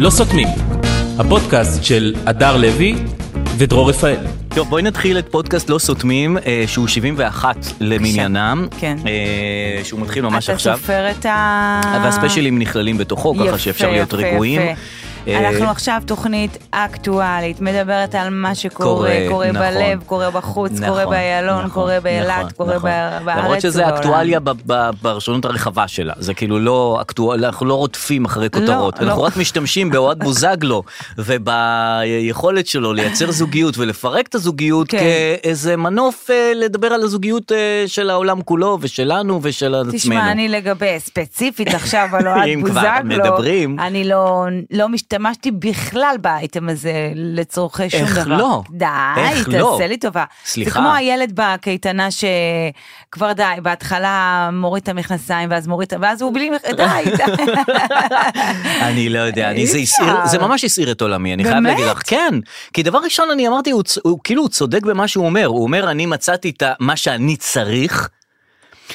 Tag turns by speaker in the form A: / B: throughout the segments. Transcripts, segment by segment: A: לא סותמים, הפודקאסט של הדר לוי ודרור רפאל.
B: טוב, בואי נתחיל את פודקאסט לא סותמים, אה, שהוא 71 למניינם.
C: כן.
B: אה, שהוא מתחיל ממש
C: אתה
B: עכשיו.
C: סופר את ה...
B: והספיישלים נכללים בתוכו, ככה
C: יפה,
B: שאפשר להיות
C: יפה,
B: רגועים.
C: יפה.
B: אה,
C: אנחנו עכשיו תוכנית אקטואלית, מדברת על מה שקורה,
B: קורה,
C: קורה
B: נכון.
C: בלב, קורה בחוץ, קורה
B: נכון,
C: באיילון,
B: נכון,
C: קורה
B: נכון,
C: באילת, קורה
B: נכון.
C: בא- בארץ
B: למרות שזה
C: ובעולם.
B: אקטואליה ב- ב- בפרשנות הרחבה שלה, זה כאילו לא אקטואל, אנחנו לא רודפים אחרי כותרות,
C: לא.
B: אנחנו רק משתמשים באוהד בוזגלו וביכולת שלו לייצר זוגיות ולפרק את הזוגיות
C: כן.
B: כאיזה מנוף אה, לדבר על הזוגיות אה, של העולם כולו ושלנו ושל עצמנו.
C: תשמע, אני לגבי ספציפית עכשיו על אוהד
B: אם כבר
C: בוזגלו,
B: מדברים.
C: אני לא, לא משתמשתי בכלל באייטם הזה לצורכי שום
B: איך
C: דבר.
B: לא?
C: די,
B: איך
C: תעשה
B: לא?
C: לי טובה.
B: סליחה.
C: זה כמו הילד בקייטנה שכבר די, בהתחלה מוריד את המכנסיים ואז מוריד, את- ואז הוא בלי, מכ- די, די.
B: אני לא יודע, אני,
C: אי
B: זה,
C: אפשר.
B: הסעיר, זה ממש הסעיר את עולמי, אני חייב
C: באמת?
B: להגיד לך, כן. כי דבר ראשון, אני אמרתי, הוא, צ- הוא כאילו הוא צודק במה שהוא אומר, הוא אומר, אני מצאתי את ה- מה שאני צריך.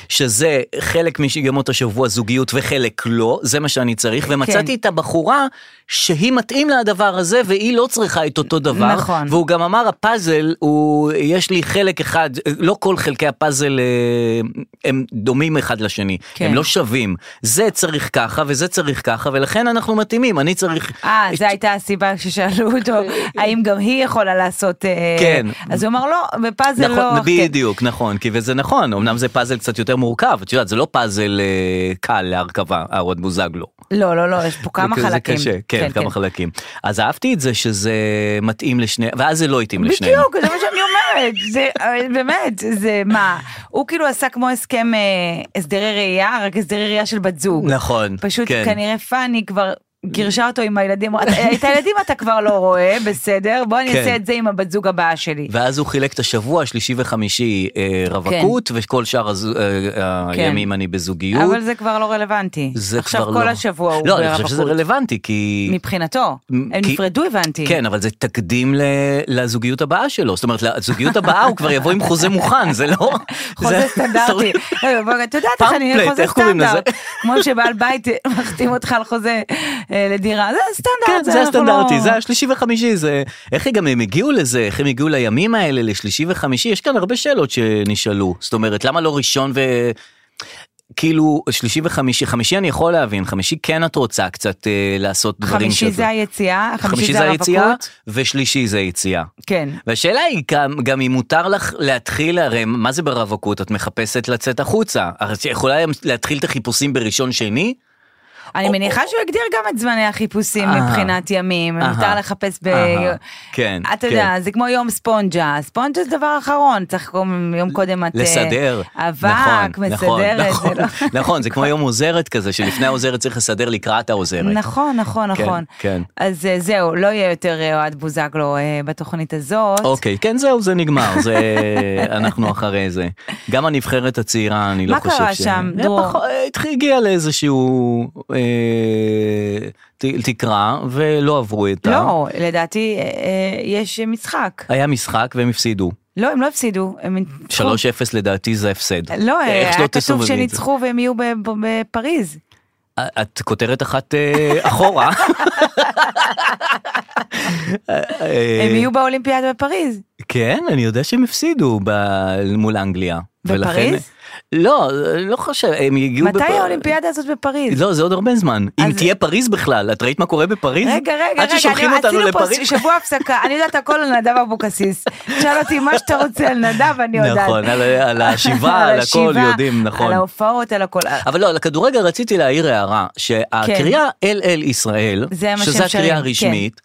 B: שזה חלק משגמות השבוע זוגיות וחלק לא, זה מה שאני צריך, ומצאתי
C: כן.
B: את הבחורה שהיא מתאים לה הדבר הזה והיא לא צריכה את אותו דבר.
C: נכון.
B: והוא גם אמר הפאזל, הוא, יש לי חלק אחד, לא כל חלקי הפאזל אה, הם דומים אחד לשני,
C: כן.
B: הם לא שווים. זה צריך ככה וזה צריך ככה, ולכן אנחנו מתאימים, אני צריך...
C: אה, זו הייתה הסיבה ששאלו אותו, האם גם היא יכולה לעשות... אה,
B: כן.
C: אז הוא אמר לא, בפאזל
B: נכון,
C: לא... כן.
B: בדיוק, נכון, כי וזה נכון, אמנם זה פאזל קצת יותר מורכב, את יודעת, זה לא פאזל אה, קל להרכבה, אהרון בוזגלו.
C: לא, לא, לא, יש פה כמה
B: זה
C: חלקים.
B: קשה, כן, כמה חלקים. אז אהבתי את זה שזה מתאים לשני, ואז זה לא התאים לשניהם.
C: בדיוק, זה מה שאני אומרת, זה אה, באמת, זה מה, הוא כאילו עשה כמו הסכם אה, הסדרי ראייה, רק הסדרי ראייה של בת זוג.
B: נכון,
C: פשוט
B: כן.
C: כנראה פאני כבר גירשה אותו עם הילדים, אה, את הילדים אתה כבר לא רואה, בסדר, בוא אני
B: כן.
C: אעשה את זה עם הבת זוג הבאה שלי.
B: ואז הוא חילק את השבוע, שלישי וחמישי אה, רווקות, וכל שאר הזו- אה,
C: כן.
B: הימים אני בזוגיות.
C: אבל זה כבר לא רלוונטי.
B: זה
C: עכשיו
B: כבר
C: כל
B: לא-
C: השבוע הוא
B: לא, אני חושב שזה
C: ברווקות.
B: רלוונטי, כי...
C: מבחינתו,
B: מ-
C: הם
B: כי-
C: נפרדו הבנתי.
B: כן, אבל זה תקדים ל- לזוגיות הבאה שלו. זאת אומרת, לזוגיות הבאה הוא כבר יבוא עם חוזה מוכן, זה לא...
C: חוזה
B: זה-
C: סטנדרטי. אה, אבל את יודעת איך אני,
B: פמפלט,
C: חוזה
B: איך קוראים לזה?
C: סטנדרט. כמו שבעל בית אה, מחתים אותך על חוזה אה, לדירה, זה
B: כן,
C: הסטנדרט.
B: זה
C: אנחנו
B: הסטנדרטי,
C: לא-
B: זה השלישי וחמישי, זה... איך גם הם הגיעו לזה, איך הם הגיעו לימים האלה, לשלישי וחמישי, יש כאן הרבה שאלות שנשאלו. זאת אומרת, למה לא ראשון ו... כאילו, שלישי וחמישי, חמישי אני יכול להבין, חמישי כן את רוצה קצת אה, לעשות דברים
C: חמישי זה היציאה, חמישי זה
B: היציאה,
C: הרווקות.
B: ושלישי זה היציאה.
C: כן.
B: והשאלה היא גם, גם אם מותר לך להתחיל, הרי מה זה ברווקות? את מחפשת לצאת החוצה. הרי את יכולה להתחיל את החיפושים בראשון שני?
C: אני מניחה שהוא הגדיר גם את זמני החיפושים
B: אהה.
C: מבחינת ימים,
B: אה. אהה.
C: מותר לחפש ב...
B: אהה. כן,
C: אתה יודע, זה כמו יום ספונג'ה, ספונג'ה זה דבר אחרון, צריך קום- יום קודם את... אה,
B: לסדר,
C: אבק, מסדרת,
B: נכון,
C: זה לא...
B: נכון, זה כמו יום עוזרת כזה, שלפני העוזרת צריך לסדר לקראת העוזרת.
C: נכון, נכון,
B: כן,
C: נכון.
B: כן.
C: אז אה, זהו, לא יהיה יותר אה, אוהד בוזגלו אה, בתוכנית הזאת.
B: אוקיי, כן זהו, זה נגמר, זה אנחנו אחרי זה. גם הנבחרת הצעירה, אני לא
C: מה
B: חושב ש...
C: קרה שם,
B: זה
C: דרור?
B: פחות- התחיל- הגיע לאיזשהו אה, ת- תקרה, ולא עברו את ה...
C: לא, לדעתי אה, אה, יש משחק.
B: היה משחק והם הפסידו.
C: לא, הם לא הפסידו, הם
B: 3-0
C: ניצחו.
B: לדעתי זה הפסד.
C: לא, אה,
B: איך
C: היה
B: שלא תסובבי
C: כתוב
B: את זה.
C: שניצחו והם יהיו ב- ב- בפריז.
B: את כותרת אחת אה, אחורה.
C: הם יהיו באולימפיאד בפריז.
B: אה, כן, אני יודע שהם הפסידו ב- מול אנגליה.
C: בפריז?
B: ולכן- לא, לא חושב, הם הגיעו...
C: מתי
B: בפ-
C: האולימפיאדה הזאת בפריז?
B: לא, זה עוד הרבה זמן. אם
C: אז-
B: תהיה פריז בכלל, את ראית מה קורה בפריז?
C: רגע, רגע, רגע,
B: עד ששולחים
C: אני-
B: אותנו
C: עשינו פה
B: לפריז.
C: שבוע הפסקה, אני יודעת הכל על נדב אבוקסיס. תשאל אותי מה שאתה רוצה על נדב, אני יודעת.
B: נכון, על ה- על השיבה, על הכל,
C: השיבה,
B: יודעים, נכון.
C: על ההופעות, על הכל.
B: אבל לא, על הכדורגל רציתי להעיר הערה, שהקריאה אל אל ישראל,
C: כן. זה מה
B: שזה
C: שהם
B: הקריאה
C: שרים,
B: הרשמית,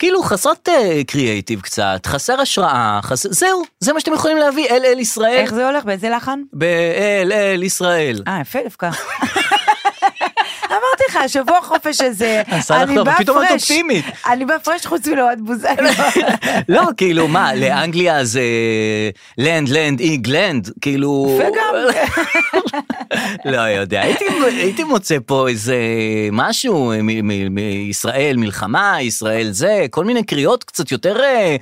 B: כאילו חסרת אה, קריאייטיב קצת, חסר השראה, חס- זהו, זה מה שאתם יכולים להביא, אל אל ישראל,
C: איך זה הולך? באיזה לחן?
B: באל אל ישראל.
C: אה, יפה דווקא. אמרתי לך, השבוע חופש הזה,
B: עשה לך
C: אני
B: טוב,
C: בא
B: פתאום את
C: פרש.
B: אופטימית.
C: אני בא פרש חוץ מלאוהד בוזגלו.
B: לא, כאילו, מה, לאנגליה זה לנד, לנד, אינגלנד, כאילו...
C: וגם,
B: לא יודע, הייתי, הייתי מוצא פה איזה משהו מישראל, מ- מ- ישראל מלחמה, ישראל זה, כל מיני קריאות קצת יותר אה,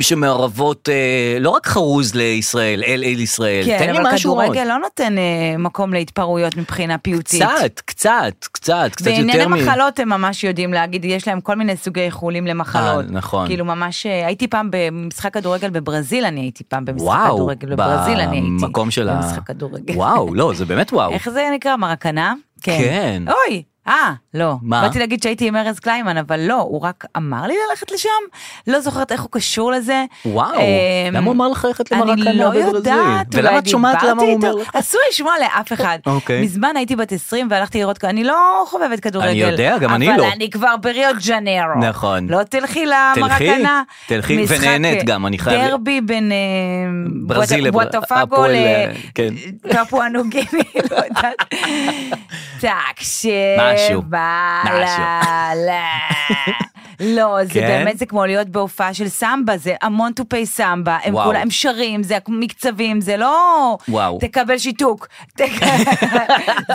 B: שמערבות אה, לא רק חרוז לישראל, אל אל ישראל, תן
C: כן,
B: לי
C: אבל
B: משהו עוד.
C: כדורגל לא נותן אה, מקום להתפרעויות מבחינה פיוטית.
B: קצת, קצת, קצת, קצת
C: בענייני
B: יותר מ...
C: מחלות הם ממש יודעים להגיד, יש להם כל מיני סוגי איחולים למחלות.
B: אה, נכון.
C: כאילו ממש, אה, הייתי פעם במשחק כדורגל בברזיל, אני הייתי פעם במשחק
B: וואו,
C: כדורגל בברזיל, אני הייתי.
B: במקום של ה...
C: במשחק כדורגל.
B: וואו, לא, זה באמת וואו.
C: איך זה נקרא? מרקנה?
B: כן.
C: אוי, אה, לא.
B: מה?
C: באתי להגיד שהייתי עם ארז קליימן, אבל לא, הוא רק אמר לי ללכת לשם, לא זוכרת איך הוא קשור לזה.
B: וואו,
C: אמ,
B: למה הוא אמר לך ללכת למרקנה
C: אני לא
B: בברזיל?
C: יודעת,
B: ולמה
C: אולי
B: את שומעת
C: דיברתי
B: למה הוא
C: איתו?
B: אומר לך?
C: אסור לשמוע לאף אחד.
B: אוקיי.
C: מזמן הייתי בת 20 והלכתי לראות, אני לא חובבת כדורגל.
B: אני יודע, גם אני לא.
C: אבל אני כבר בריו ג'נרו.
B: נכון.
C: לא תלכי למרקנה.
B: תלכי,
C: משחק,
B: ונהנית גם, אני חייב-
C: דרבי בין אה,
B: ברזיל
C: בוט-
B: לבר-
C: בוטופגו
B: הפועל,
C: ל...
B: אה, כן.
C: פפואה נוגיני, לא יודעת. תקשיב,
B: משהו, משהו.
C: וואלה. לא, זה
B: כן?
C: באמת, זה כמו להיות בהופעה של סמבה, זה המון תופי סמבה, הם
B: וואו.
C: כולם, הם שרים, זה מקצבים, זה לא...
B: וואו.
C: תקבל שיתוק. תק-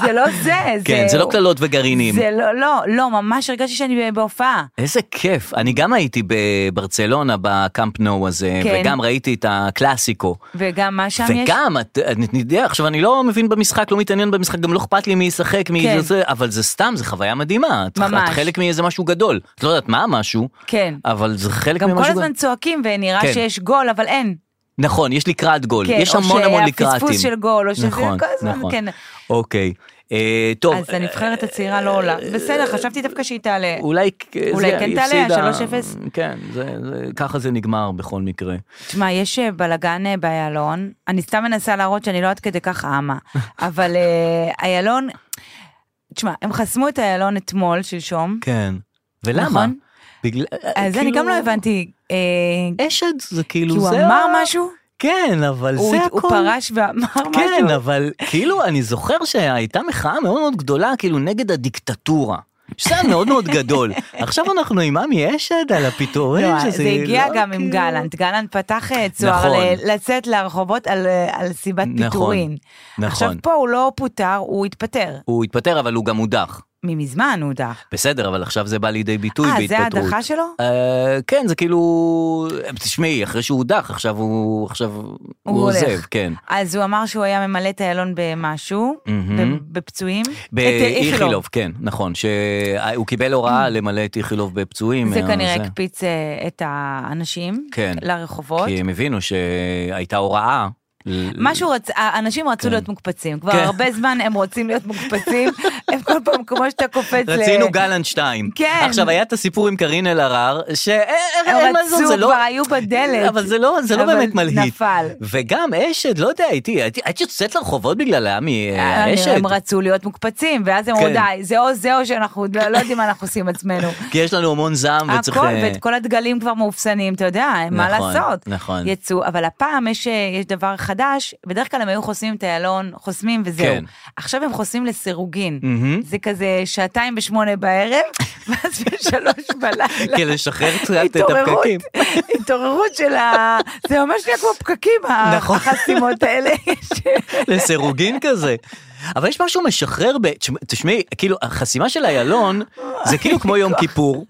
C: זה לא זה, זה...
B: כן, זה לא קללות וגרעינים.
C: זה לא, לא, לא, ממש הרגשתי שאני בהופעה.
B: איזה כיף, אני גם הייתי בברצלונה בקאמפ נו הזה,
C: כן.
B: וגם ראיתי את הקלאסיקו.
C: וגם מה שם יש?
B: וגם, את- אני אני יודע, עכשיו אני לא מבין במשחק, לא מתעניין במשחק, גם לא אכפת לי מי ישחק, מי
C: כן.
B: זה, זה, אבל זה סתם, זה חוויה מדהימה. את-
C: ממש.
B: את חלק מאיזה משהו גדול. את לא יודעת מה המשהו,
C: כן.
B: אבל זה חלק
C: גם
B: ממשהו
C: כל
B: גדול.
C: הזמן צועקים ונראה
B: כן.
C: שיש גול, אבל אין.
B: נכון, יש לקראת גול,
C: כן,
B: יש
C: או
B: המון המון לקראטים.
C: שהפספוס של גול, או שזה
B: נכון,
C: כל הזמן,
B: נכון.
C: כן.
B: אוקיי, אה, טוב. אה,
C: אז הנבחרת הצעירה לא עולה. בסדר, חשבתי דווקא שהיא תעלה.
B: אולי,
C: אולי
B: זה-
C: כן
B: היא
C: תעלה,
B: הפסידה-
C: 3-0. כן.
B: כן, זה, זה, ככה זה נגמר בכל מקרה.
C: תשמע, יש אה, בלאגן אה, באיילון, אני סתם מנסה להראות שאני לא עד כדי כך אמה, אבל אה, איילון, תשמע, הם חסמו את איילון אתמול, שלשום.
B: כן. ולמה?
C: נכון.
B: בגלל,
C: אז אני
B: כאילו-
C: גם לא הבנתי, אה,
B: אשד זה כאילו
C: כי הוא
B: זה...
C: אמר
B: ה-
C: משהו?
B: כן, אבל
C: הוא
B: זה הכל.
C: הוא פרש ואמר משהו?
B: כן, אבל כאילו אני זוכר שהייתה מחאה מאוד מאוד גדולה כאילו נגד הדיקטטורה. שזה היה מאוד מאוד גדול. עכשיו אנחנו עם עמי אשד על הפיטורים
C: לא,
B: שזה...
C: זה הגיע
B: לא
C: גם עם
B: כאילו-
C: גלנט, גלנט פתח אה, צוהר
B: נכון.
C: ל- לצאת לרחובות על, אה, על סיבת
B: נכון,
C: פיטורין.
B: נכון.
C: עכשיו פה הוא לא פוטר, הוא התפטר.
B: הוא התפטר אבל הוא גם הודח.
C: ממזמן הוא הודח.
B: בסדר, אבל עכשיו זה בא לידי ביטוי
C: אה, זה
B: בהתפטרות.
C: ההדחה שלו?
B: אה, כן, זה כאילו... תשמעי, אחרי שהוא הודח, עכשיו הוא... עכשיו הוא,
C: הולך.
B: עוזב, כן.
C: אז הוא אמר שהוא היה ממלא את איילון במשהו,
B: מהמם.
C: ב- בפצועים. את אה, איכילוב. Mm.
B: באיכילוב, כן, נכון, שהוא קיבל הוראה למלא את איכילוב בפצועים.
C: זה
B: אה,
C: כנראה הקפיץ אה, את האנשים
B: כן.
C: לרחובות.
B: כי הם הבינו שהייתה הוראה. ל-
C: משהו רצ... האנשים רצו להיות מוקפצים, כבר
B: כן.
C: הרבה זמן הם רוצים להיות מוקפצים, הם כל פעם כמו שאתה קופץ ל...
B: רצינו גלנט 2.
C: כן.
B: עכשיו, היה את הסיפור עם קארין אלהרר, אה,
C: הם
B: שאין מה לעשות,
C: רצו,
B: זה לא...
C: כבר היו בדלת.
B: אבל זה לא, זה לא
C: אבל
B: באמת מלהיט.
C: נפל.
B: וגם אשד, לא יודע, הייתי, הייתי- היית יוצאת לרחובות בגלל עמי אה,
C: הם-
B: אשד.
C: הם רצו להיות מוקפצים, ואז הם אמרו,
B: כן.
C: די, זה או זה או שאנחנו לא לא יודעים מה אנחנו עושים עם עצמנו.
B: כי יש לנו המון זעם וצריך...
C: הכל,
B: אה,
C: ואת כל הדגלים כבר מאופסנים, אתה יודע, מה
B: נכון,
C: לעשות.
B: נכון.
C: יצאו, אבל הפעם יש, אה, יש דבר חדש, בדרך כלל הם היו חוסמים את איילון, חוסמים וזהו.
B: כן.
C: עכשיו הם חוסמים לסירוגין.
B: מהמם.
C: זה כזה שעתיים בשמונה בערב, ואז בשלוש בלילה.
B: כן, לשחרר קצת את
C: התעוררות,
B: הפקקים.
C: התעוררות של ה... זה ממש נהיה כמו פקקים,
B: נכון.
C: החסימות האלה.
B: לסירוגין כזה. אבל יש משהו משחרר, ב... תשמע- תשמעי, כאילו, החסימה של איילון, זה כאילו כמו יום כיפור,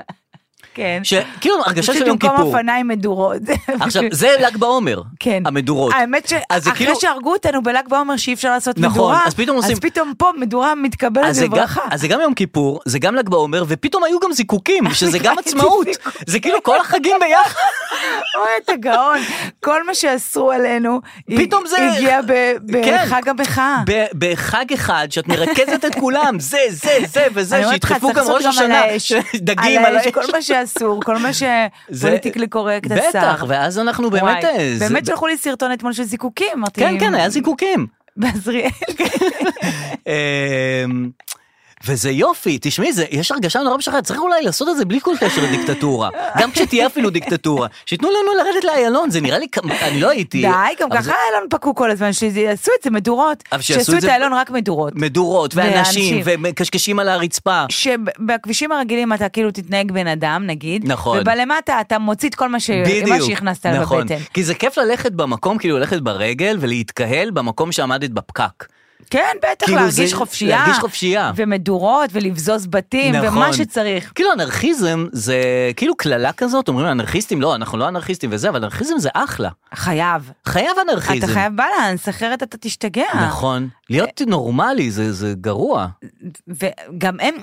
C: כן.
B: שכאילו הרגשה של יום
C: במקום
B: כיפור.
C: אופניים מדורות.
B: עכשיו, זה ל"ג בעומר,
C: כן.
B: המדורות.
C: האמת
B: אז זה
C: שאחרי
B: כאילו-
C: שהרגו אותנו בל"ג בעומר שאי אפשר לעשות
B: נכון,
C: מדורה,
B: אז פתאום עושים-
C: אז פתאום פה מדורה מתקבלת
B: אז זה, גם,
C: בברכה.
B: אז זה גם יום כיפור, זה גם ל"ג בעומר, ופתאום היו גם זיקוקים,
C: אה,
B: שזה גם עצמאות. זה כאילו כל החגים ביחד.
C: אוי, אתה גאון. כל מה שאסרו עלינו,
B: פתאום זה-
C: הגיע ב-
B: כן.
C: בחג המחאה.
B: ב- בחג אחד, שאת מרכזת את כולם, זה, זה, זה וזה,
C: אני אומרת לך,
B: שידחפו
C: צריך
B: גם
C: לעשות
B: ראש השנה,
C: על האש.
B: דגים על האש.
C: כל מה שאסור, כל מה
B: זה-
C: שפוליטיקלי קורקט אסר.
B: בטח, ואז אנחנו באמת...
C: וואי,
B: אה, זה-
C: באמת שלחו לי סרטון אתמול של זיקוקים, אמרתי.
B: כן, כן, היה זיקוקים.
C: בעזריאל.
B: אמ, וזה יופי, תשמעי, זה, יש הרגשה נורא משחררת, צריך אולי לעשות את זה בלי כל קשר לדיקטטורה. גם כשתהיה אפילו דיקטטורה, שייתנו לנו לרדת לאיילון, זה נראה לי, כמ- אני לא הייתי...
C: די, גם
B: אבל
C: ככה
B: זה-
C: איילון פקעו כל הזמן, שיעשו את זה מדורות.
B: אבל שיעשו
C: שיעשו
B: את
C: את
B: זה-
C: איילון רק מדורות.
B: מדורות, ואנשים,
C: ואנשים.
B: ומקשקשים על הרצפה.
C: שבכבישים הרגילים אתה כאילו תתנהג בן אדם, נגיד.
B: נכון.
C: ובלמטה אתה מוציא את כל מה, ש... מה שהכנסת
B: נכון.
C: לבטן.
B: כי זה כיף ללכת במקום, כאילו ללכת ברגל ולהתקהל במקום שעמדת בפקק.
C: כן, בטח,
B: כאילו
C: להרגיש
B: זה-
C: חופשייה.
B: להרגיש חופשייה.
C: ומדורות, ולבזוז בתים,
B: נכון.
C: ומה שצריך.
B: כאילו אנרכיזם זה כאילו קללה כזאת, אומרים אנרכיסטים, לא, אנחנו לא אנרכיסטים וזה, אבל אנרכיזם זה אחלה.
C: חייב.
B: חייב אנרכיזם.
C: אתה חייב בלנס, אחרת אתה תשתגע.
B: נכון. להיות נורמלי זה, זה גרוע.
C: וגם הם,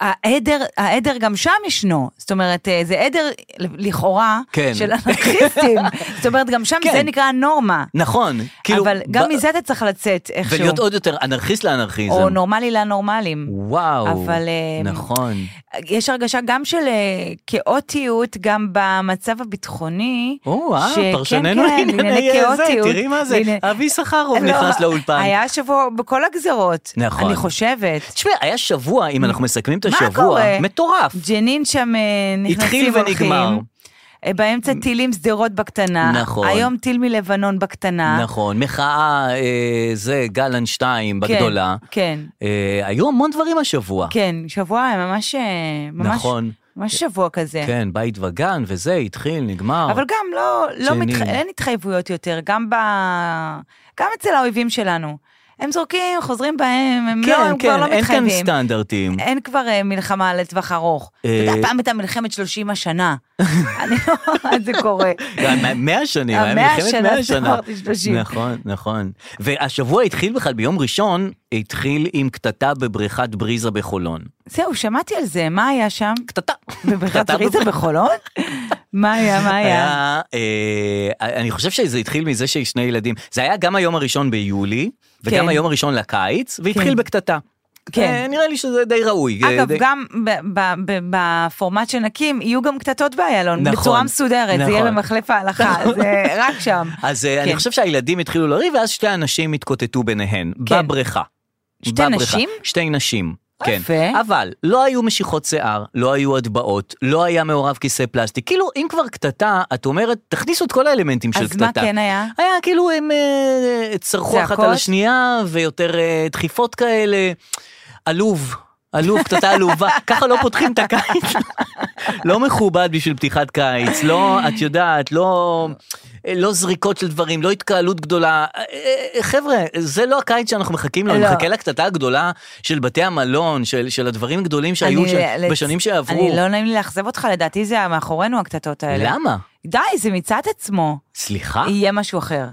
C: העדר, העדר גם שם ישנו, זאת אומרת, אה, זה עדר לכאורה
B: כן.
C: של אנרכיסטים, זאת אומרת, גם שם
B: כן.
C: זה נקרא הנורמה,
B: נכון. כאילו,
C: אבל גם
B: ב-
C: מזה אתה צריך לצאת איכשהו,
B: ולהיות עוד יותר אנרכיסט לאנרכיזם.
C: או נורמלי לנורמלים.
B: וואו.
C: אבל, אה,
B: נכון.
C: יש הרגשה גם של אה, כאוטיות, גם במצב הביטחוני.
B: או,
C: ש-
B: אה,
C: כן,
B: פרשננו
C: כן,
B: לענייני זה,
C: כאוטיות.
B: תראי מה זה,
C: לענייני-
B: אבי סחרוב
C: לא,
B: נכנס לאולפן.
C: היה השבוע בכל הגזרות,
B: נכון.
C: אני חושבת.
B: תשמע, היה שבוע, אם אנחנו מסכמים את
C: מה
B: השבוע,
C: קורה?
B: מטורף.
C: ג'נין שם אה, נכנסים
B: התחיל ונגמר.
C: הולכים. אה, באמצע טילים שדרות בקטנה.
B: נכון.
C: היום טיל מלבנון בקטנה.
B: נכון, מחאה, אה, זה גלנט 2
C: כן,
B: בגדולה.
C: כן,
B: אה, היו המון דברים השבוע.
C: כן, שבוע ממש... אה, ממש
B: נכון.
C: ממש שבוע כזה.
B: כן, בית וגן וזה, התחיל, נגמר.
C: אבל גם לא, לא
B: ג'נין.
C: מתח... אין התחייבויות יותר, גם ב... גם אצל האויבים שלנו. הם זורקים, חוזרים בהם, הם
B: כן,
C: לא, הם
B: כן,
C: כבר לא
B: אין כאן
C: מתחייבים.
B: סטנדרטים.
C: אין כבר אה, מלחמה לטווח ארוך. אתה
B: אה,
C: יודע, פעם הייתה מלחמת 30 השנה. אני לא יודעת איך זה קורה.
B: גם מאה שנים, היה
C: המאה
B: מלחמת
C: שנה,
B: מאה שנה.
C: אמרתי שלושים.
B: נכון, נכון. והשבוע התחיל בכלל, ביום ראשון, התחיל עם קטטה בבריכת בריזה בחולון.
C: זהו, שמעתי על זה, מה היה שם?
B: קטטה.
C: בבריכת
B: קטטה
C: ריזה
B: בבריכה.
C: בחולון? מה היה, מה היה?
B: היה, אה, אני חושב שזה התחיל מזה שיש שני ילדים. זה היה גם היום הראשון ביולי, וגם
C: כן.
B: היום הראשון לקיץ, והתחיל
C: כן.
B: בקטטה.
C: כן.
B: אה, נראה לי שזה די ראוי. אה,
C: אגב,
B: די-
C: גם ב- ב- ב- בפורמט שנקים, יהיו גם קטטות באיילון,
B: נכון,
C: בצורה מסודרת, זה יהיה
B: נכון.
C: במחלף ההלכה, זה רק שם.
B: אז אה, אני
C: כן.
B: חושב שהילדים התחילו לריב, ואז שתי הנשים התקוטטו ביניהן,
C: כן.
B: בבריכה.
C: שתי
B: בבריכה.
C: נשים?
B: שתי נשים. כן,
C: יפה.
B: אבל לא היו משיכות שיער, לא היו הטבעות, לא היה מעורב כיסא פלסטיק. כאילו, אם כבר קטטה, את אומרת, תכניסו את כל האלמנטים של
C: אז
B: קטטה.
C: מה כן היה?
B: היה כאילו הם אה, צרחו אחת
C: צעקות?
B: על השנייה ויותר אה, דחיפות כאלה. עלוב, עלוב, קטטה עלובה, ככה לא פותחים את הקיץ. לא מכובד בשביל פתיחת קיץ, לא, את יודעת, לא, אה, לא זריקות של דברים, לא התקהלות גדולה. אה, אה, חבר'ה, זה לא הקיץ שאנחנו מחכים לו, אני
C: לא.
B: מחכה לקטטה הגדולה של בתי המלון, של, של הדברים הגדולים שהיו
C: אני- אה,
B: ש...
C: לצ-
B: בשנים שעברו.
C: אני לא נעים לי לאכזב אותך, לדעתי זה מאחורינו הקטטות האלה.
B: למה?
C: די, זה מיצה את עצמו.
B: סליחה?
C: יהיה משהו אחר.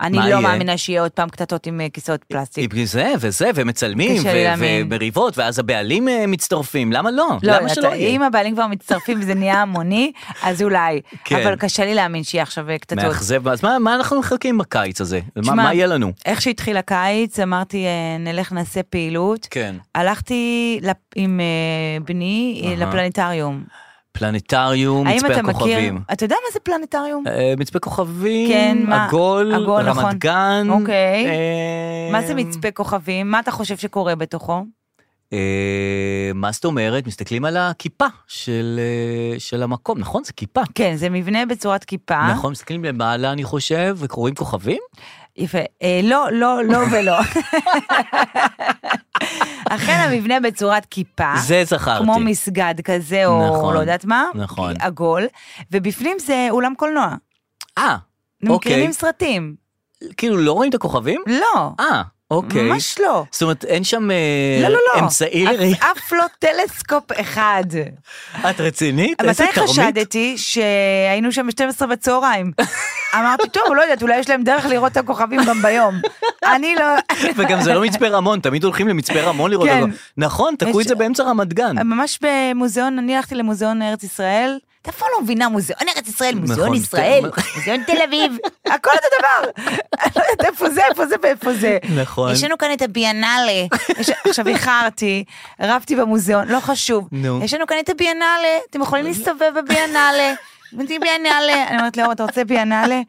C: אני
B: מה
C: לא
B: יהיה?
C: מאמינה שיהיה עוד פעם קטטות עם אה, כיסאות פלסטיק.
B: עם זה וזה, ומצלמים,
C: קשה לי
B: ו-
C: להאמין.
B: ומריבות, ואז הבעלים אה, מצטרפים, למה לא? למה
C: אתה-
B: שלא יהיה?
C: אם הבעלים כבר מצטרפים וזה נהיה המוני, אז אולי.
B: כן.
C: אבל קשה לי להאמין שיהיה עכשיו אה, קטטות.
B: מאכזב, אז מה, מה אנחנו מחכים בקיץ הזה? מה,
C: שמע,
B: מה יהיה לנו?
C: איך שהתחיל הקיץ, אמרתי, אה, נלך נעשה פעילות.
B: כן.
C: הלכתי לפ... עם אה, בני אה,
B: אהה.
C: לפלנטריום.
B: פלנטריום, מצפה
C: האם אתה
B: הכוכבים.
C: מכיר? אתה יודע מה זה פלנטריום?
B: אה, מצפה כוכבים,
C: כן, מה?
B: עגול,
C: עגול,
B: רמת
C: נכון.
B: גן.
C: אוקיי.
B: אה,
C: מה זה מצפה כוכבים? מה אתה חושב שקורה בתוכו?
B: אה, מה זאת אומרת? מסתכלים על הכיפה של, אה, של המקום, נכון? זה כיפה.
C: כן, זה מבנה בצורת כיפה.
B: נכון, מסתכלים למעלה, אני חושב, וקוראים כוכבים?
C: יפה. אה, לא, לא, לא ולא. אכן המבנה בצורת כיפה.
B: זה זכרתי.
C: אה? כמו מסגד כזה, או
B: נכון,
C: לא יודעת מה,
B: נכון.
C: עגול, ובפנים זה אולם קולנוע.
B: אה, אוקיי.
C: מקרינים סרטים.
B: כאילו לא רואים את הכוכבים?
C: לא,
B: אה, אוקיי.
C: ממש לא.
B: זאת אומרת, אין שם אה,
C: לא, לא, לא.
B: אמצעי
C: אף-
B: לראייה.
C: אף לא טלסקופ אחד.
B: את רצינית? איזה
C: מתי
B: תרמית?
C: חשדתי שהיינו שם ב-12 בצהריים? אמרתי, טוב, לא יודעת, אולי יש להם דרך לראות את הכוכבים גם ביום. אני לא...
B: וגם זה לא מצפה רמון, תמיד הולכים למצפה רמון לראות
C: כן.
B: אותו. נכון, תקעו
C: יש-
B: את זה באמצע רמת גן.
C: ממש במוזיאון, אני הלכתי למוזיאון ארץ ישראל, אתה אף פעם לא מבינה מוזיאון ארץ ישראל, מוזיאון
B: נכון,
C: ישראל,
B: כן.
C: מוזיאון תל אביב, הכל אותו דבר. אני לא יודעת איפה זה, איפה זה ואיפה זה.
B: נכון.
C: יש לנו כאן את הביאנלה. יש- עכשיו איחרתי, רבתי במוזיאון, לא חשוב.
B: נו.
C: יש לנו כאן את הביאנלה, אתם יכולים להסתובב בביאנלה. מתי ביאנלה? אני אומרת לאור, אתה רוצה ביאנלה?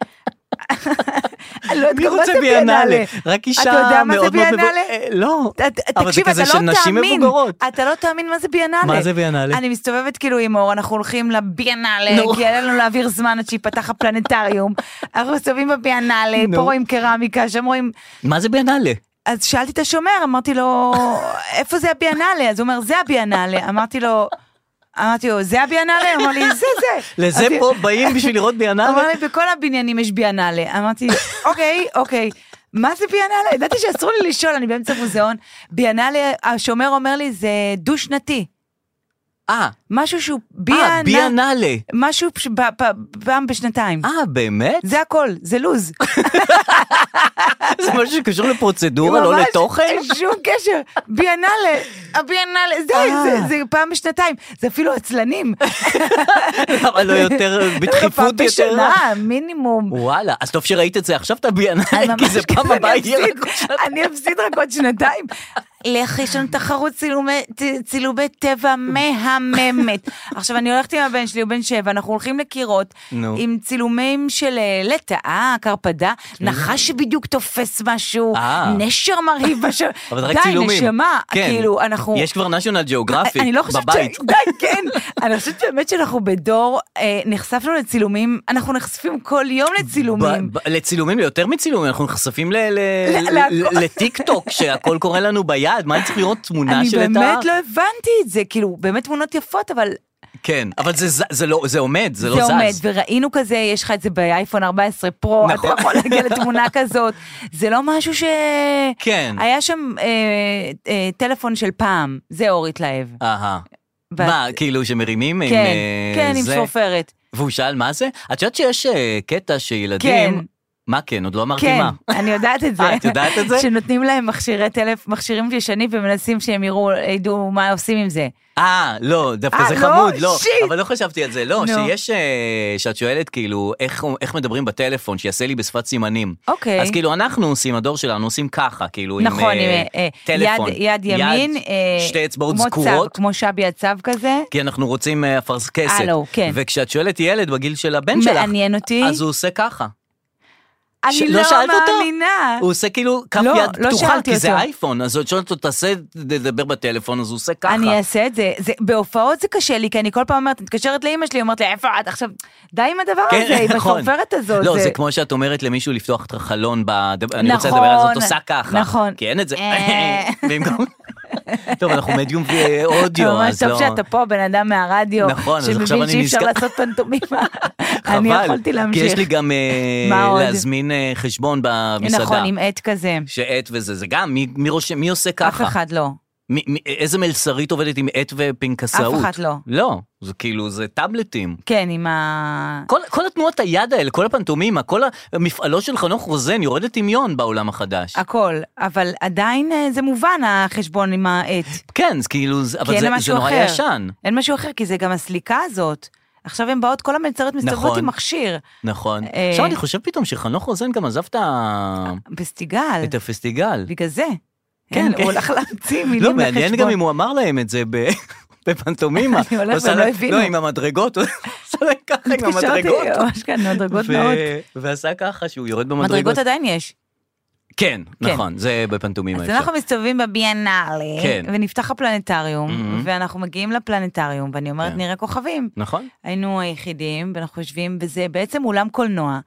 C: לא
B: מי רוצה
C: התכוונתם
B: ביאנלה?
C: ביאנלה.
B: רק אישה
C: אתה יודע מה זה
B: מאוד מאוד... מבוגרת.
C: ביאנלה?
B: אה, לא.
C: ת- ת-
B: אבל זה
C: תקשיב, אתה
B: כזה של
C: לא
B: נשים
C: תאמין,
B: מבוגרות.
C: אתה לא תאמין מה זה ביאנלה.
B: מה זה ביאנלה?
C: אני מסתובבת כאילו עם אור, אנחנו הולכים לביאנלה,
B: נו.
C: כי היה לנו להעביר זמן עד שיפתח הפלנטריום. אנחנו מסתובבים בביאנלה,
B: נו.
C: פה רואים קרמיקה, שם רואים...
B: מה זה ביאנלה?
C: אז שאלתי את השומר, אמרתי לו, איפה זה הביאנלה? אז הוא אומר, זה הביאנלה. אמרתי לו, אמרתי לו, זה הביאנלה? הוא אמר לי, זה זה.
B: לזה
C: אמרתי-
B: פה באים בשביל לראות
C: הוא
B: ביאנלה?
C: אמר לי, בכל הבניינים יש ביאנלה. אמרתי, אוקיי, אוקיי. מה זה ביאנלה? ידעתי שאסור לי לשאול, אני באמצע מוזיאון. ביאנלה, השומר אומר לי, זה דו-שנתי.
B: אה,
C: משהו שהוא
B: אה,
C: ביאנלה,
B: ביאנלה.
C: משהו ש- ב- ב- פעם בשנתיים.
B: אה, באמת?
C: זה הכל, זה לוז.
B: זה משהו שקשור לפרוצדורה, לא
C: ממש
B: לתוכן?
C: אין שום קשר. ביאנלה, הביאנלה, די,
B: אה.
C: זה- זה פעם בשנתיים. זה אפילו עצלנים.
B: אבל לא יותר,
C: פעם
B: בדחיפות יותר.
C: בשנה, מינימום.
B: וואלה, אז טוב שראית את זה עכשיו, את הביאנלה,
C: אני
B: כי
C: ממש
B: זה פעם
C: כזה, אה,
B: הבאה
C: אני
B: יהיה
C: אפסיד-
B: רק...
C: אני אפסיד רק עוד שנתיים. לך, יש לנו תחרות צילומי- צ- צילומי טבע מהממת. עכשיו, אני הולכת עם הבן שלי, הוא בן שבע, אנחנו הולכים לקירות,
B: נו.
C: עם צילומים של אה, לטאה, קרפדה, נחש שבדיוק תופס משהו,
B: כן. אה.
C: נשר מרהיב בשם.
B: אבל זה רק צילומים.
C: די, נשמה,
B: כן.
C: כאילו, אנחנו...
B: יש כבר national geographic
C: אני לא חושבת
B: בבית.
C: ש... די, כן. אני חושבת באמת שאנחנו בדור, אה, נחשפנו לצילומים, אנחנו נחשפים כל יום לצילומים.
B: ב- ב- לצילומים, ליותר מצילומים, אנחנו נחשפים ל- ל-
C: ל-
B: ל-
C: להכל.
B: לטיק טוק, שהכל קורה לנו ביד, מה אני צריך לראות תמונה של את
C: אני באמת לא הבנתי את זה, כאילו, באמת תמונות יפות, אבל
B: כן, אבל זה ז- זה לא, זה עומד, זה לא
C: זה עומד,
B: זז.
C: וראינו כזה, יש לך את זה באייפון 14 פרו, אתה
B: נכון.
C: יכול להגיע לתמונה כזאת. זה לא משהו ש...
B: כן.
C: היה שם אה, אה, טלפון של פעם, זה אור התלהב.
B: אהה.
C: ו-
B: מה, כאילו שמרימים עם
C: כן,
B: אה,
C: כן, עם
B: זה?
C: שופרת.
B: והוא שאל מה זה? את יודעת שיש אה, קטע
C: כן.
B: שילדים... מה כן? עוד לא אמרתי
C: כן,
B: מה.
C: אני יודעת את זה.
B: אה, את יודעת את זה?
C: שנותנים להם מכשירי טלפ, מכשירים ישנים ומנסים שהם יראו, ידעו מה עושים עם זה.
B: אה, לא, דווקא
C: אה,
B: זה
C: לא?
B: חמוד, לא,
C: שיט.
B: אבל לא חשבתי על זה, לא,
C: נו.
B: שיש, אה, שאת שואלת כאילו, איך- איך מדברים בטלפון, שיעשה לי בשפת סימנים.
C: אוקיי.
B: אז כאילו, אנחנו עושים, הדור שלנו עושים ככה, כאילו, עם
C: נכון,
B: אה,
C: עם, אה,
B: טלפון.
C: יד, יד ימין, אה,
B: שתי אצבעות
C: כמו צב,
B: זקורות.
C: כמו שבי הצב כזה.
B: כי אנחנו רוצים אה, אפרסקסת.
C: הלו, כן.
B: וכשאת שואלת ילד בגיל של הבן שלך,
C: מעניין אותי.
B: אז הוא עושה ככה. ש-
C: אני
B: לא
C: לא
B: שאלת אותו?
C: מאמינה.
B: הוא עושה כאילו כף
C: אה. לא,
B: יד
C: לא
B: פתוחה,
C: שאלתי
B: כי זה
C: אותו.
B: אייפון, אז את שואלת אותו, תעשה, תדבר בטלפון, אז הוא עושה ככה.
C: אני אעשה את זה. זה. בהופעות זה קשה לי, כי אני כל פעם אומרת, אני מתקשרת לאימא שלי, אומרת לה, איפה את? עכשיו, די עם הדבר הזה, עם החופרת הזאת.
B: כן, לא, זה כמו שאת אומרת למישהו לפתוח את החלון, בדבר- אני רוצה לדבר על זה, את
C: נכון,
B: עושה ככה.
C: נכון.
B: כי אין את זה.
C: אה.
B: במקום- טוב, אנחנו מדיום ואודיו,
C: ממש
B: אז לא...
C: טוב שאתה פה, בן אדם מהרדיו,
B: נכון, אז עכשיו
C: שמבין
B: אני
C: שאי אפשר
B: נזכר-
C: לעשות פנטומימה. אני
B: חבל,
C: יכולתי
B: כי יש לי
C: להמשיך.
B: גם אה,
C: מה עוד?
B: להזמין אה, חשבון במסעדה.
C: נכון, עם עט כזה.
B: שעט וזה, זה גם, מי, מי, רוש, מי עושה
C: אף
B: ככה?
C: אחד לא.
B: מי, מי, איזה מלצרית עובדת עם עט ופנקסאות?
C: אף אחת לא.
B: לא, זה כאילו, זה טאבלטים.
C: כן, עם ה...
B: כל, כל התנועות היד האלה, כל הפנטומימה, כל המפעלו של חנוך רוזן יורד לטמיון בעולם החדש.
C: הכל, אבל עדיין אה, זה מובן החשבון עם העט.
B: כן, זה כאילו, זה-
C: כי
B: אבל
C: אין
B: זה,
C: לה
B: זה
C: משהו
B: נורא
C: אחר.
B: ישן.
C: אין משהו אחר, כי זה גם הסליקה הזאת. עכשיו הן באות, כל המלצרות מסתובבות
B: נכון.
C: עם מכשיר.
B: נכון.
C: אה,
B: עכשיו אני חושב פתאום שחנוך רוזן גם עזב את, ה...
C: פסטיגל,
B: את הפסטיגל.
C: בגלל זה.
B: כן,
C: אין,
B: כן.
C: הוא הולך להמציא מילים
B: לא,
C: לחשבון.
B: מעניין גם אם הוא אמר להם את זה ב... בפנטומימה.
C: אני הולך
B: עושה
C: והם
B: לה-
C: לא הבינו.
B: לא, עם המדרגות, הוא עושה להם ככה עם
C: התקשרתי,
B: המדרגות.
C: ממש כן, מדרגות
B: ו-
C: מאוד.
B: ועשה ככה שהוא יורד במדרגות.
C: מדרגות עדיין יש.
B: כן,
C: כן.
B: נכון, זה בפנטומימה
C: אז
B: אפשר.
C: אנחנו מסתובבים בביאנלי,
B: כן.
C: ונפתח הפלנטריום,
B: Mhm.
C: ואנחנו מגיעים לפלנטריום, ואני אומרת,
B: כן.
C: נראה כוכבים.
B: נכון.
C: היינו היחידים, ואנחנו יושבים, וזה בעצם אולם קולנוע.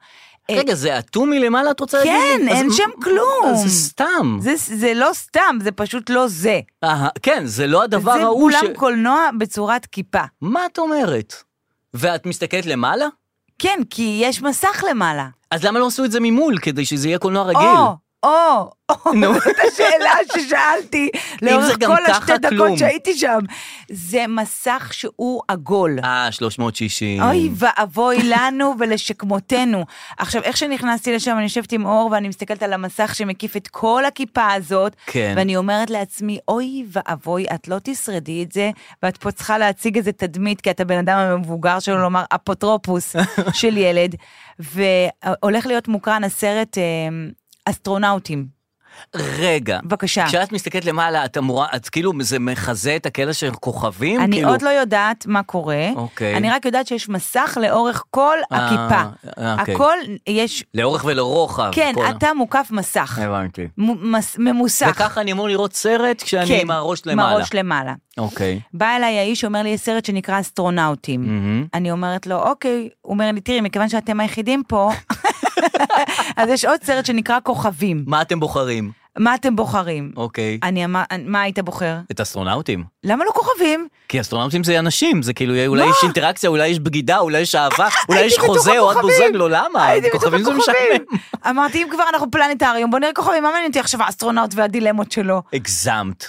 C: אה,
B: רגע, זה אטום מלמעלה את רוצה להגיד?
C: כן,
B: אז
C: אין
B: מ-
C: שם
B: אז
C: כלום.
B: זה סתם.
C: זה, זה לא סתם, זה פשוט לא זה.
B: אהה, כן, זה לא הדבר
C: זה
B: ההוא ש...
C: אולם קולנוע בצורת כיפה.
B: מה את אומרת? ואת מסתכלת למעלה?
C: כן, כי יש מסך למעלה.
B: אז למה לא עשו את זה ממול, כדי שזה יהיה קולנוע
C: או,
B: רגיל?
C: או, או,
B: נו.
C: זאת השאלה ששאלתי
B: זה
C: לאורך
B: גם
C: כל
B: ככה,
C: השתי
B: כלום.
C: דקות שהייתי שם. זה מסך שהוא עגול.
B: אה, 360.
C: אוי ואבוי לנו ולשכמותנו. עכשיו, איך שנכנסתי לשם, אני יושבת עם אור ואני מסתכלת על המסך שמקיף את כל הכיפה הזאת,
B: כן.
C: ואני אומרת לעצמי, אוי ואבוי, את לא תשרדי את זה, ואת פה צריכה להציג איזה תדמית, כי אתה בן אדם המבוגר שלו, לומר אפוטרופוס של ילד, והולך להיות מוקרן הסרט אה, אסטרונאוטים.
B: רגע.
C: בבקשה.
B: כשאת מסתכלת למעלה, את אמורה, את כאילו, זה מחזה את הקטע של כוכבים?
C: אני
B: כאילו,
C: עוד לא יודעת מה קורה,
B: אוקיי.
C: אני רק יודעת שיש מסך לאורך כל
B: אה,
C: הכיפה.
B: אה, אוקיי. אה,
C: הכל יש,
B: לאורך ולרוחב.
C: כן,
B: כל ה-
C: אתה מוקף מסך,
B: הבנתי.
C: מ- מס- ממוסך.
B: וככה אני אמור לראות סרט כשאני
C: כן,
B: עם הראש למעלה.
C: עם הראש למעלה.
B: אוקיי.
C: בא אליי האיש, אומר לי, יש סרט שנקרא אסטרונאוטים.
B: מהמם.
C: אני אומרת לו, אוקיי, הוא אומר לי, תראי, מכיוון שאתם היחידים פה, אז יש עוד סרט שנקרא כוכבים.
B: מה אתם בוחרים?
C: מה אתם בוחרים?
B: אוקיי.
C: אני אמר, מה היית בוחר?
B: את אסטרונאוטים.
C: למה לא כוכבים?
B: כי אסטרונאוטים זה אנשים, זה כאילו, אולי
C: מה?
B: יש אינטראקציה, אולי יש בגידה, אולי יש אהבה, אולי
C: לא. הייתי
B: יש
C: בתוך
B: חוזה, אוהד
C: הכוכבים.
B: בוזגלו, למה?
C: הייתי בתוך
B: כוכבים זה
C: הכוכבים.
B: משעמם.
C: אמרתי, אם כבר אנחנו פלנטריום, בוא נראה כוכבים, מה מעניין אותי עכשיו האסטרונאוט והדילמות שלו?
B: הגזמת.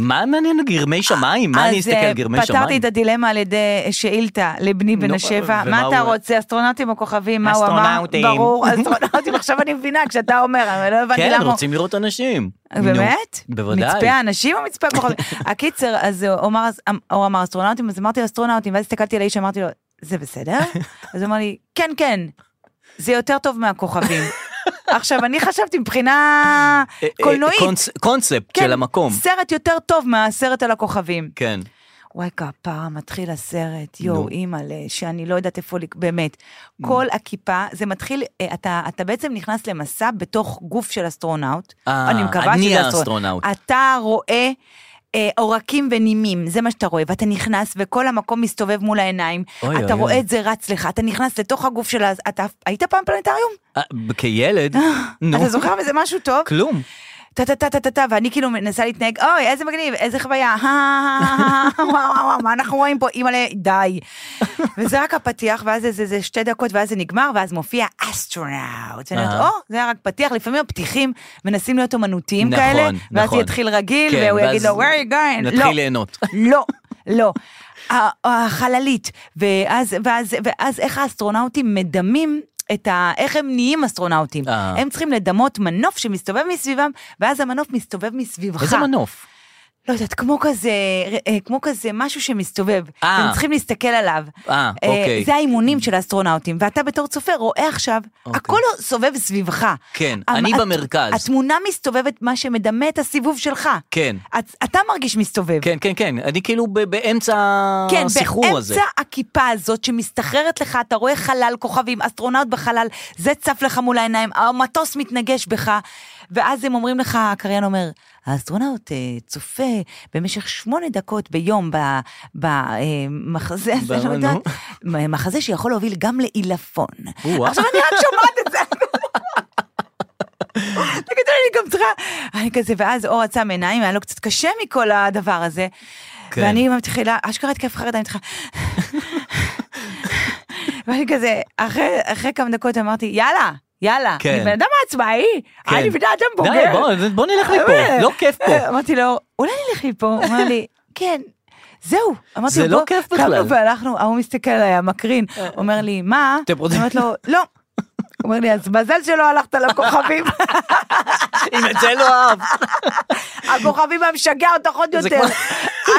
B: מה מעניין גרמי שמיים? מה אני אסתכל על גרמי
C: אז אה, פתרתי
B: שמיים?
C: את הדילמה על ידי אה, שאילתה לבני בן
B: נו,
C: השבע,
B: ומה
C: מה אתה
B: הוא-
C: רוצה, אסטרונאוטים או כוכבים, מה הוא אמר?
B: אסטרונאוטים.
C: ברור, אסטרונאוטים, עכשיו אני מבינה, כשאתה אומר, אבל לא הבנתי
B: כן,
C: למה. הוא-
B: רוצים לראות אנשים.
C: באמת?
B: נו, בוודאי.
C: מצפה האנשים או מצפה הכוכבים? הקיצר, אז הוא אמר, הוא אמר אסטרונאוטים, אז אמרתי לו אסטרונאוטים, ואז הסתכלתי על האיש, אמרתי לו, זה בסדר? אז הוא אמר לי, כן, כן, זה יותר טוב מהכוכבים. עכשיו, אני חשבתי מבחינה
B: אה, אה,
C: קולנועית,
B: קונצ- קונספט
C: כן,
B: של המקום.
C: סרט יותר טוב מהסרט על הכוכבים.
B: כן.
C: וואי כפרה, מתחיל הסרט,
B: נו.
C: יואו, אימא'לה, שאני לא יודעת איפה, לק- באמת. כל הכיפה, זה מתחיל, אה, אתה, אתה בעצם נכנס למסע בתוך גוף של אסטרונאוט.
B: אה,
C: אני מקווה
B: אני
C: שזה
B: האסטרונאוט.
C: אתה רואה אה, עורקים ונימים, זה מה שאתה רואה, ואתה נכנס, וכל המקום מסתובב מול העיניים.
B: אוי,
C: אתה
B: אוי,
C: רואה
B: אוי.
C: את זה רץ לך, אתה נכנס לתוך הגוף של ה... אתה היית פעם פלנטריום?
B: אה, כילד, נו,
C: אתה זוכר מזה משהו טוב?
B: כלום.
C: טה טה טה טה טה טה, ואני כאילו מנסה להתנהג, אוי, איזה מגניב, איזה חוויה, וואו וואו וואו, מה אנחנו רואים פה, אימא'לה, די. וזה רק הפתיח, ואז איזה איזה שתי דקות, ואז זה נגמר, ואז מופיע אסטרונאוט. ואני אומרת,
B: אהה.
C: או, זה היה רק פתיח, לפעמים הפתיחים מנסים להיות אומנותיים
B: נכון,
C: כאלה, ואז
B: נכון.
C: יתחיל רגיל,
B: כן,
C: והוא יגיד
B: ואז
C: לו, where are you going?
B: נתחיל
C: לא.
B: ליהנות.
C: לא, לא. ה- החללית, ואז, ואז, ואז איך האסטרונאוטים מדמים. את ה... איך הם נהיים אסטרונאוטים.
B: אה.
C: הם צריכים לדמות מנוף שמסתובב מסביבם, ואז המנוף מסתובב מסביבך.
B: איזה מנוף.
C: לא יודעת, כמו כזה, אה, כמו כזה משהו שמסתובב.
B: אה.
C: הם צריכים להסתכל עליו.
B: אה, אוקיי.
C: זה האימונים של האסטרונאוטים, ואתה בתור צופה רואה עכשיו,
B: אוקיי.
C: הכל סובב סביבך.
B: כן,
C: המ-
B: אני
C: הת-
B: במרכז.
C: התמונה מסתובבת מה שמדמה את הסיבוב שלך.
B: כן.
C: את- אתה מרגיש מסתובב.
B: כן, כן, כן, אני כאילו ב- באמצע
C: כן,
B: הסחרור הזה.
C: באמצע הכיפה הזאת שמסתחררת לך, אתה רואה חלל, כוכבים, אסטרונאוט בחלל, זה צף לך מול העיניים, המטוס מתנגש בך, ואז הם אומרים לך, הקריין אומר, האסטרונאוט אה, צופה במשך שמונה דקות ביום במחזה הזה,
B: ב-
C: לא יודעת, מחזה שיכול להוביל גם לעילפון. עכשיו אני רק שומעת את זה. תגידו לי, אני גם צריכה... אני כזה, ואז אור עצם עיניים, היה לו קצת קשה מכל הדבר הזה.
B: כן.
C: ואני מתחילה, אשכרה התקף חרדה, אני מתחילה... ואני כזה, אחרי, אחרי כמה דקות אמרתי, יאללה, יאללה,
B: כן.
C: אני בן אדם עצמאי,
B: כן.
C: אני בן אדם בוגר. אה,
B: די, בוא- בוא נלך מפה, לא כיף פה.
C: אמרתי לו, אולי נלך מפה, הוא אמר לי, כן. זהו, אמרתי
B: זה
C: לו,
B: לא
C: בוא,
B: כיף
C: קמנו
B: בכלל. אה,
C: והלכנו, ההוא מסתכל עליי, המקרין, אומר לי, מה?
B: אתם רוצים-
C: אומרת לו, לא. הוא אומר לי, אז מזל שלא הלכת לכוכבים,
B: אם
C: אה,
B: את זה לא אהב.
C: הכוכבים היה משגע אותך עוד
B: זה
C: יותר.
B: כמו-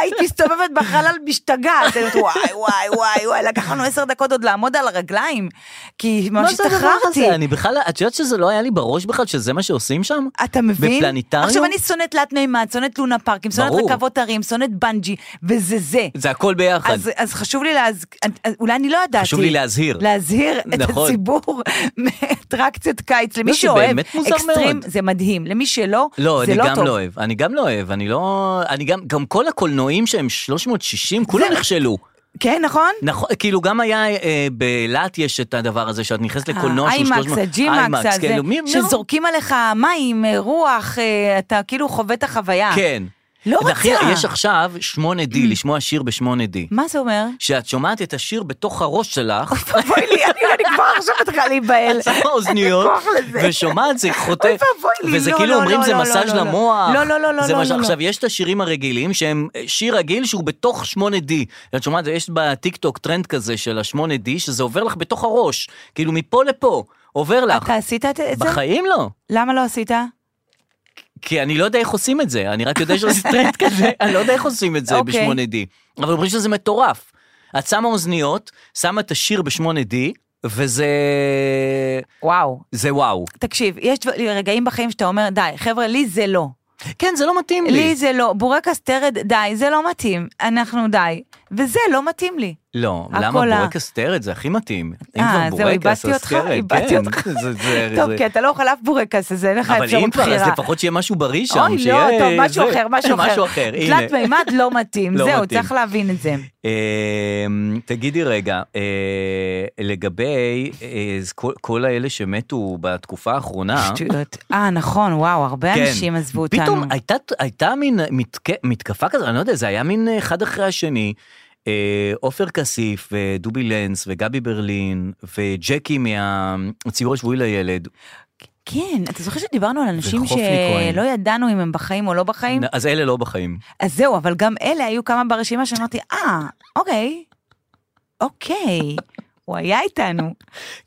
C: היית מסתובבת בחלל משתגעת, הייתי אומרת, וואי וואי וואי וואי, לקח לנו עשר דקות עוד לעמוד על הרגליים, כי ממש
B: מה לא זה הדבר
C: השתחררתי.
B: הזה? אני בכלל, את יודעת שזה לא היה לי בראש בכלל, שזה מה שעושים שם?
C: אתה מבין?
B: בפלנטריום?
C: עכשיו אני שונאת תלת מימד, שונאת לונה פארקים, שונאת
B: ברור.
C: רכבות הרים, שונאת בנג'י, וזה זה.
B: זה הכל ביחד.
C: אז, אז חשוב לי להז... אז אולי אני לא ידעתי.
B: נכון. חשוב לי להזהיר.
C: להזהיר את
B: נכון.
C: הציבור מאטרקציות קיץ. למי
B: לא, זה
C: שאוהב,
B: באמת מוזר
C: אקסטרים
B: מאוד.
C: זה מדהים. למי שלא,
B: לא,
C: זה
B: אני
C: לא
B: גם
C: טוב.
B: לא אוהב, אני גם לא אוהב, אני לא... אני גם, גם כל הקולנועים שהם 360, כולם
C: זה-
B: נכשלו.
C: כן, נכון?
B: נכון, כאילו גם היה, אה, באילת יש את הדבר הזה, שאת נכנסת לקולנוע שהוא
C: האיימקס,
B: 300...
C: הג'ימקס,
B: איימקס,
C: אה, הזה,
B: כאילו, מי- מי-
C: אה, שזורקים עליך מים, אה, רוח, אה, אתה כאילו חווה את החוויה.
B: כן.
C: לא
B: לכי-
C: רוצה. Mm.
B: יש עכשיו 8D, לשמוע שיר ב-8D.
C: מה זה אומר?
B: שאת שומעת את השיר בתוך הראש שלך,
C: אוי לי, אני- אני כבר עכשיו מתחילה להיבהל.
B: שמה אוזניות,
C: כוח לזה.
B: ושומעת זה חוטא,
C: אוי ואבוי לי,
B: וזה
C: לא,
B: כאילו
C: לא,
B: אומרים
C: לא,
B: זה
C: לא,
B: מסאז'
C: לא, לא,
B: למוח.
C: לא, לא, לא, לא,
B: זה
C: לא,
B: מה ש-
C: לא, לא.
B: עכשיו, יש את השירים הרגילים שהם אה, שיר רגיל שהוא בתוך 8D. את שומעת, יש בטיק טוק טרנד כזה של ה-8D, שזה עובר לך בתוך הראש, כאילו מפה לפה, עובר לך.
C: אתה עשית את זה?
B: בחיים לא.
C: למה לא עשית?
B: כי אני לא יודע איך עושים את זה, אני רק יודע שזה טרנד כזה, אני לא יודע איך עושים את זה
C: אוקיי.
B: ב-8D. אבל אומרים שזה מטורף. את שמה אוזניות, שמה את השיר ב-8D, וזה...
C: וואו.
B: זה וואו.
C: תקשיב, יש דבר- רגעים בחיים שאתה אומר, די, חבר'ה, לי זה לא.
B: כן, זה לא מתאים לי.
C: לי זה לא. בורקס תרד, די, זה לא מתאים. אנחנו די. וזה לא מתאים לי.
B: לא,
C: הכל
B: למה
C: ה-
B: בורקס טרד? זה הכי מתאים. אם
C: אה,
B: כבר
C: זהו,
B: בורקס,
C: איבדתי
B: אז
C: אותך,
B: טרד,
C: איבדתי
B: כן.
C: אותך.
B: זה- זה-
C: טוב,
B: זה-
C: כי אתה לא אוכל אף בורקס, אז אין לך
B: אבל אם
C: אפשרות
B: כבר,
C: בחירה.
B: אז לפחות שיהיה משהו בריא שם.
C: אוי, לא,
B: שיהיה-
C: טוב, משהו
B: זה-
C: אחר, משהו אחר.
B: משהו אחר, הנה.
C: תלת מימד לא מתאים,
B: לא
C: זהו,
B: מתאים. אה?
C: צריך להבין את זה.
B: אמ, תגידי רגע, אה, לגבי אה, ז- כל- כל האלה שמתו בתקופה האחרונה,
C: שטויות. אה, נכון, וואו, הרבה
B: כן.
C: אנשים עזבו אותנו.
B: פתאום הייתה- הייתה מין מתק- מתקפה כזאת, אני לא יודע, זה היה מין אה, אחד אחרי השני. אה, עופר כסיף ודובי לנס וגבי ברלין וג'קי מהציור השבועי לילד.
C: כן, אתה זוכר שדיברנו על אנשים
B: וחופני כהן.
C: שלא ידענו אם הם בחיים או לא בחיים?
B: אז אלה לא בחיים.
C: אז זהו, אבל גם אלה היו כמה ברשימה שאמרתי, אה, אוקיי, אוקיי, הוא היה איתנו.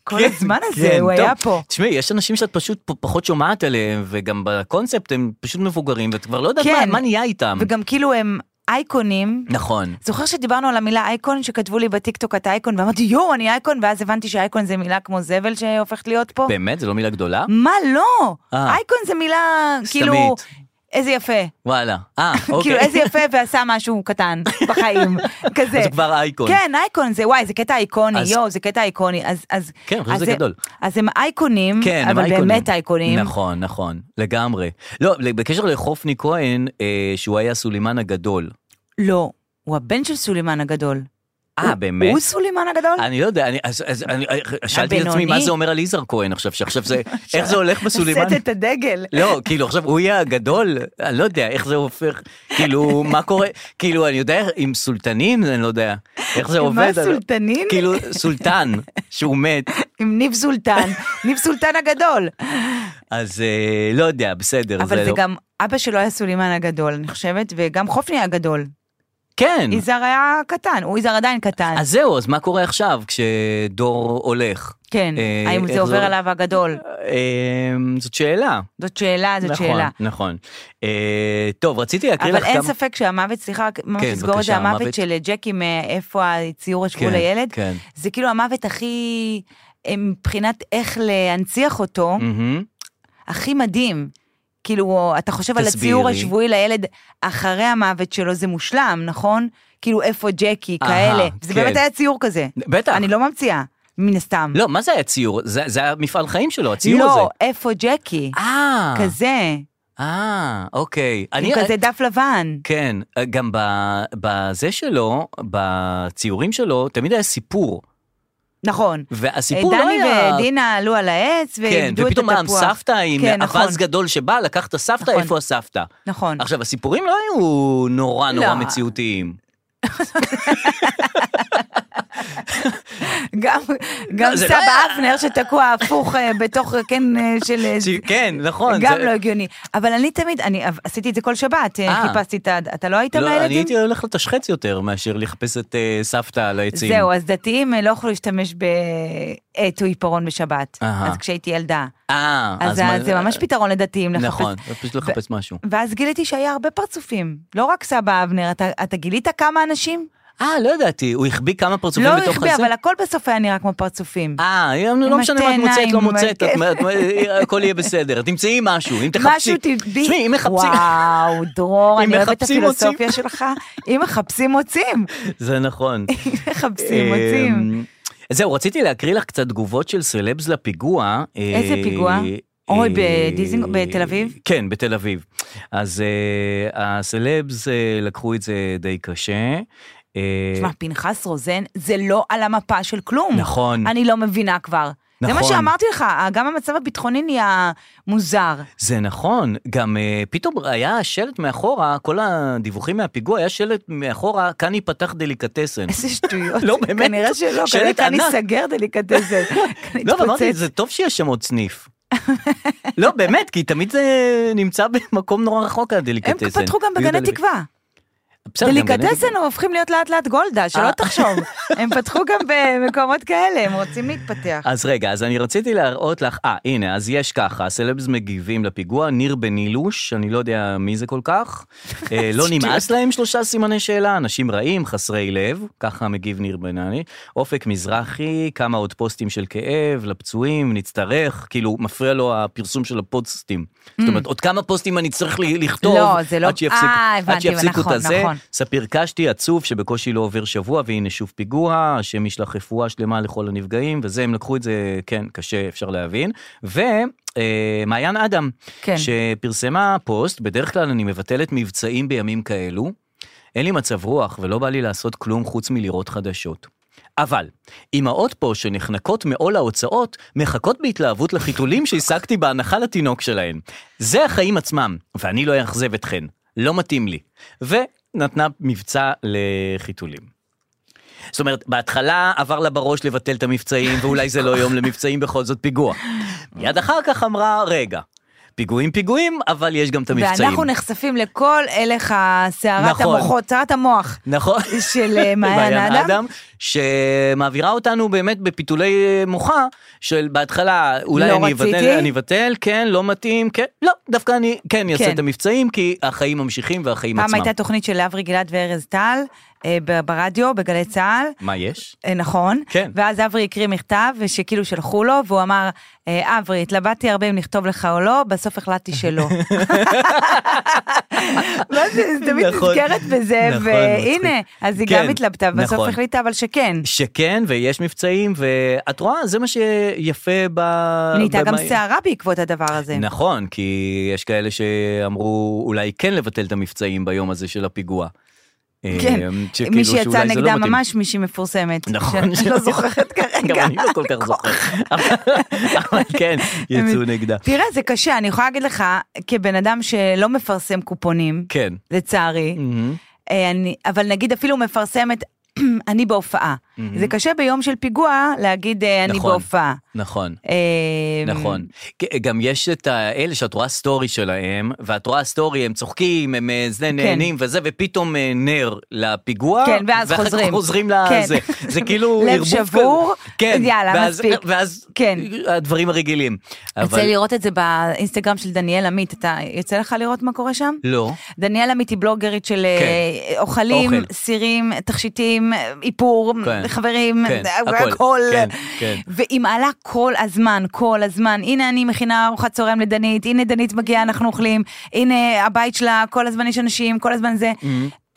C: כל הזמן הזה,
B: כן,
C: הוא
B: טוב.
C: היה פה.
B: תשמעי, יש אנשים שאת פשוט פ- פחות שומעת עליהם, וגם בקונספט הם פשוט מבוגרים, ואת כבר לא יודעת
C: כן.
B: מה- מה נהיה איתם.
C: וגם כאילו הם אייקונים.
B: נכון.
C: זוכר שדיברנו על המילה אייקון, שכתבו לי בטיקטוק את האייקון, ואמרתי, יואו, אני אייקון, ואז הבנתי שאייקון זה מילה כמו זבל שהופכת להיות פה.
B: באמת? זו לא מילה גדולה?
C: מה לא?
B: אה.
C: אייקון זה מילה, כאילו,
B: סתמית.
C: איזה יפה.
B: וואלה. אה, אוקיי.
C: כאילו איזה יפה ועשה משהו קטן בחיים, כזה.
B: אז הוא כבר אייקון.
C: כן, אייקון זה, וואי, זה קטע איקוני,
B: אז-
C: יואו, זה קטע איקוני. אז, אז,
B: כן, אני חושב
C: אז
B: שזה גדול.
C: אז הם אייקונים,
B: כן, הם
C: אבל
B: אייקונים.
C: באמת אייקונים.
B: נכון, נכון, לגמרי. לא, בקשר לחופני כהן, אה, שהוא היה סולימן הגדול.
C: לא, הוא הבן של סולימן הגדול.
B: אה, באמת?
C: הוא אה, סולימן הגדול?
B: אני לא יודע, אני, אז, אז, אני שאלתי את עצמי
C: הבינוני?
B: מה זה אומר על יזהר כהן עכשיו, שעכשיו זה, איך זה הולך בסולימן?
C: לשאת את הדגל.
B: לא, כאילו עכשיו הוא יהיה הגדול, אני לא יודע איך זה הופך, כאילו מה קורה, כאילו אני יודע עם סולטנין, אני לא יודע איך זה
C: עם
B: עובד.
C: מה,
B: אני לא-
C: סולטנין?
B: כאילו סולטן, שהוא מת,
C: עם ניב סולטן, ניב סולטן הגדול.
B: אז אה, לא יודע, בסדר.
C: אבל זה
B: לא-
C: גם, אבא שלו היה סולימן הגדול, אני חושבת, וגם חופני היה גדול.
B: כן.
C: יזהר היה קטן, הוא יזהר עדיין קטן.
B: אז זהו, אז מה קורה עכשיו כשדור הולך?
C: כן,
B: אה,
C: האם
B: איך
C: זה עובר
B: הולך?
C: עליו הגדול?
B: אה, זאת שאלה.
C: זאת שאלה, זאת
B: נכון,
C: שאלה.
B: נכון. אה, טוב, רציתי להקריא לך
C: אבל אין
B: כמה...
C: ספק שהמוות, סליחה, רק ממש
B: כן,
C: לסגור את
B: בבקשה,
C: זה,
B: המוות.
C: המוות של ג'קי מאיפה הציור השבוע
B: כן,
C: לילד,
B: כן.
C: זה כאילו המוות הכי, אה, מבחינת איך להנציח אותו,
B: מהמם.
C: הכי מדהים. כאילו, אתה חושב על
B: תסבירי.
C: הציור השבועי לילד אחרי המוות שלו, זה מושלם, נכון? כאילו, איפה ג'קי,
B: אהה,
C: כאלה. זה
B: כן.
C: באמת היה ציור כזה.
B: בטח.
C: אני לא ממציאה, מן הסתם.
B: לא, מה זה היה ציור? זה זה היה מפעל חיים שלו, הציור הזה.
C: לא, איפה ג'קי?
B: אה,
C: כזה,
B: אה, אוקיי.
C: עם
B: אני-
C: כזה דף לבן.
B: כן, גם ב- בזה שלו, בציורים שלו, תמיד היה סיפור.
C: נכון.
B: והסיפור לא
C: דני
B: היה...
C: odiנה עלו על העץ
B: כן,
C: ואיבדו את התפוח.
B: ופתאום פעם סבתא עם
C: כן, נכון,
B: אווז גדול שבא, לקח את הסבתא,
C: נכון.
B: איפה הסבתא?
C: נכון.
B: עכשיו, הסיפורים לא היו נורא נורא
C: לא.
B: מציאותיים.
C: גם- גם
B: זה לא
C: סבא
B: היה-
C: אבנר שתקוע הפוך אה, בתוך, אה, כן, אה, של... אה,
B: ש- כן, נכון.
C: גם
B: זה-
C: לא הגיוני. אבל אני תמיד, אני עב- עשיתי את זה כל שבת, אה,
B: אה.
C: חיפשתי את ה... אתה לא היית
B: לא, אני
C: מהילדים?
B: הייתי הולך לתשחץ יותר מאשר לחפש את אה, סבתא על העצים.
C: זהו, אז דתיים אה, לא יכולו להשתמש בעט או עיפרון בשבת.
B: אהה.
C: אז כשהייתי ילדה.
B: אה,
C: אז
B: מה-
C: ה- זה ממש פתרון לדתיים לחפש.
B: נכון, פשוט לחפש משהו.
C: ואז גיליתי שהיה הרבה פרצופים, לא רק סבא אבנר, אתה, אתה גילית כמה אנשים?
B: אה, לא ידעתי, הוא החביא כמה פרצופים
C: לא
B: בתוך הזה?
C: החביא, אבל הכל בסוף היה נראה כמו פרצופים.
B: אה, לא
C: עם
B: משנה מה את
C: שתי
B: מוצאת, לא
C: עיניים,
B: מוצאת, את-
C: כן.
B: את- הכל יהיה בסדר. תמצאי משהו, אם תחפשי.
C: משהו טבעי.
B: תשמעי, אם מחפשים...
C: וואו, דרור,
B: אם
C: אני אוהבת את
B: מחפשים,
C: הפילוסופיה שלך. אם מחפשים, מוצאים.
B: זה נכון.
C: אם מחפשים, מוצאים.
B: אה, זהו, רציתי להקריא לך קצת תגובות של סלבס לפיגוע. אה,
C: איזה פיגוע? אוי,
B: אה,
C: בדיזינג- בתל אביב?
B: כן, בתל אביב. אז אה, הסלבס אה, לקחו את זה די קשה. אה,
C: תשמע, פנחס רוזן, זה לא על המפה של כלום.
B: נכון.
C: אני לא מבינה כבר. זה מה
B: נכון.
C: שאמרתי לך, אה, גם המצב הביטחוני נהיה מוזר.
B: זה נכון, גם אה, פתאום היה שלט מאחורה, כל הדיווחים מהפיגוע, היה שלט מאחורה, כאן ייפתח דליקטסן.
C: איזה שטויות.
B: לא, באמת.
C: כנראה שלא,
B: שלט
C: כנראה כאן
B: ענק.
C: ייסגר דליקטסן. כאן
B: לא, אבל אמרתי,
C: יתפוצץ.
B: זה טוב שיש שם עוד סניף. לא, באמת, כי תמיד זה נמצא במקום נורא רחוק,
C: הם
B: הדליקטסן.
C: פתחו גם בגני
B: יהודה לוי.
C: תקווה.
B: בסדר, גם
C: דליקטסן הם הופכים להיות לאט לאט גולדה, שלא
B: אה.
C: תחשוב. הם פתחו גם במקומות כאלה, הם רוצים להתפתח.
B: אז רגע, אז אני רציתי להראות לך, אה, הנה, אז יש ככה, סלבס מגיבים לפיגוע, ניר בנילוש, אני לא יודע מי זה כל כך, אה, לא נמאס להם שלושה סימני שאלה, אנשים רעים, חסרי לב, ככה מגיב ניר בנני, אופק מזרחי, כמה עוד פוסטים של כאב, לפצועים, נצטרך, כאילו, מפריע לו הפרסום של הפוסטים. זאת אומרת, עוד כמה פוסטים אני צריך ל- לכתוב,
C: Mm. לא, זה לא-
B: עד שיפסיק-
C: אה, הבנתי,
B: עד שיפסיקו את
C: נכון,
B: הזה,
C: נכון.
B: ספיר קשתי, עצוב שבקושי לא עובר שבוע, והנה שוב פיגוע, השם ישלח רפואה שלמה לכל הנפגעים, וזה, הם לקחו את זה, כן, קשה, אפשר להבין. ומעיין אדם,
C: כן.
B: שפרסמה פוסט, בדרך כלל אני מבטלת מבצעים בימים כאלו, אין לי מצב רוח ולא בא לי לעשות כלום חוץ מלראות חדשות. אבל, אמהות פה שנחנקות מעול ההוצאות, מחכות בהתלהבות לחיתולים שהשגתי בהנחה לתינוק שלהן. זה החיים עצמם, ואני לא אאכזב אתכן, לא מתאים לי. ונתנה מבצע לחיתולים. זאת אומרת, בהתחלה עבר לה בראש לבטל את המבצעים, ואולי זה לא יום למבצעים, בכל זאת פיגוע. מיד אחר כך אמרה, רגע, פיגועים פיגועים, אבל יש גם את המבצעים.
C: ואנחנו נחשפים לכל הלך הסערת
B: נכון.
C: המוחות, סערת המוח
B: נכון.
C: של אה, מעיין אדם.
B: שמעבירה אותנו באמת בפיתולי אה, מוחה, של בהתחלה, אולי
C: לא
B: אני אבטל,
C: רציתי.
B: אני אבטל, כן, לא מתאים, כן, לא, דווקא אני כן אעשה
C: כן.
B: את המבצעים, כי החיים ממשיכים והחיים
C: פעם
B: עצמם.
C: הייתה תוכנית של אברי גלעד וארז טל אה, ב- ברדיו, בגלי צה"ל.
B: מה יש?
C: אה, נכון.
B: כן.
C: ואז אברי הקריא מכתב, שכאילו שלחו לו, והוא אמר, "אה, אברי, התלבטתי הרבה אם לכתוב לך או לא, בסוף החלטתי שלא. מה זה, זה תמיד
B: נכון.
C: נזכרת בזה,
B: נכון,
C: והנה,
B: מצחיק.
C: אז היא
B: כן,
C: גם התלבטה, בסוף
B: נכון.
C: החליטה אבל שכן.
B: שכן, ויש מבצעים, ואת רואה, זה מה שיפה ב...
C: היא נהייתה גם
B: במאי-
C: סערה בעקבות הדבר הזה.
B: נכון, כי יש כאלה שאמרו אולי כן לבטל את המבצעים ביום הזה של הפיגוע.
C: כן,
B: אה, שכאילו
C: מי שיצא
B: שאולי זה לא
C: נגדה
B: מתאים.
C: ממש מישהי מפורסמת.
B: נכון.
C: שאני לא זוכרת
B: גם
C: כרגע. נכון.
B: אני לא כל כך זוכר. אבל כן, יצאו נגדה.
C: תראה, זה קשה, אני יכולה להגיד לך, כבן אדם שלא מפרסם קופונים,
B: כן.
C: לצערי,
B: Mm-hmm.
C: אה, אני, אבל נגיד אפילו מפרסמת, אני בהופעה. זה קשה ביום של פיגוע להגיד אה, אני
B: Mm-hmm. נכון.
C: בהופעה.
B: נכון.
C: אה,
B: נכון. כן, גם יש את האלה שאת רואה סטורי שלהם, ואת רואה סטורי, הם צוחקים, הם אה, זה נהנים וזה, ופתאום אה, נר לפיגוע,
C: כן, ואז
B: ואחר כך
C: חוזרים.
B: חוזרים
C: כן.
B: לזה. זה כאילו
C: לב
B: ערבוב
C: שבור,
B: כזה. כן,
C: יאללה,
B: ואז-
C: מספיק.
B: ואז
C: כן.
B: הדברים הרגילים.
C: יוצא
B: אבל
C: לי לראות את זה באינסטגרם של דניאל עמית, אתה יוצא לך לראות מה קורה שם?
B: לא.
C: דניאל עמית היא בלוגרית של אה,
B: כן.
C: אוכלים,
B: אוכל.
C: סירים, תכשיטים, אה, איפור,
B: כן.
C: חברים,
B: כן, הכל.
C: הכל.
B: כן, כן.
C: והיא מעלה כל הזמן, כל הזמן, הנה אני מכינה ארוחת צהריים לדנית, הנה דנית מגיעה, אנחנו אוכלים, הנה הבית שלה, כל הזמן יש אנשים, כל הזמן זה.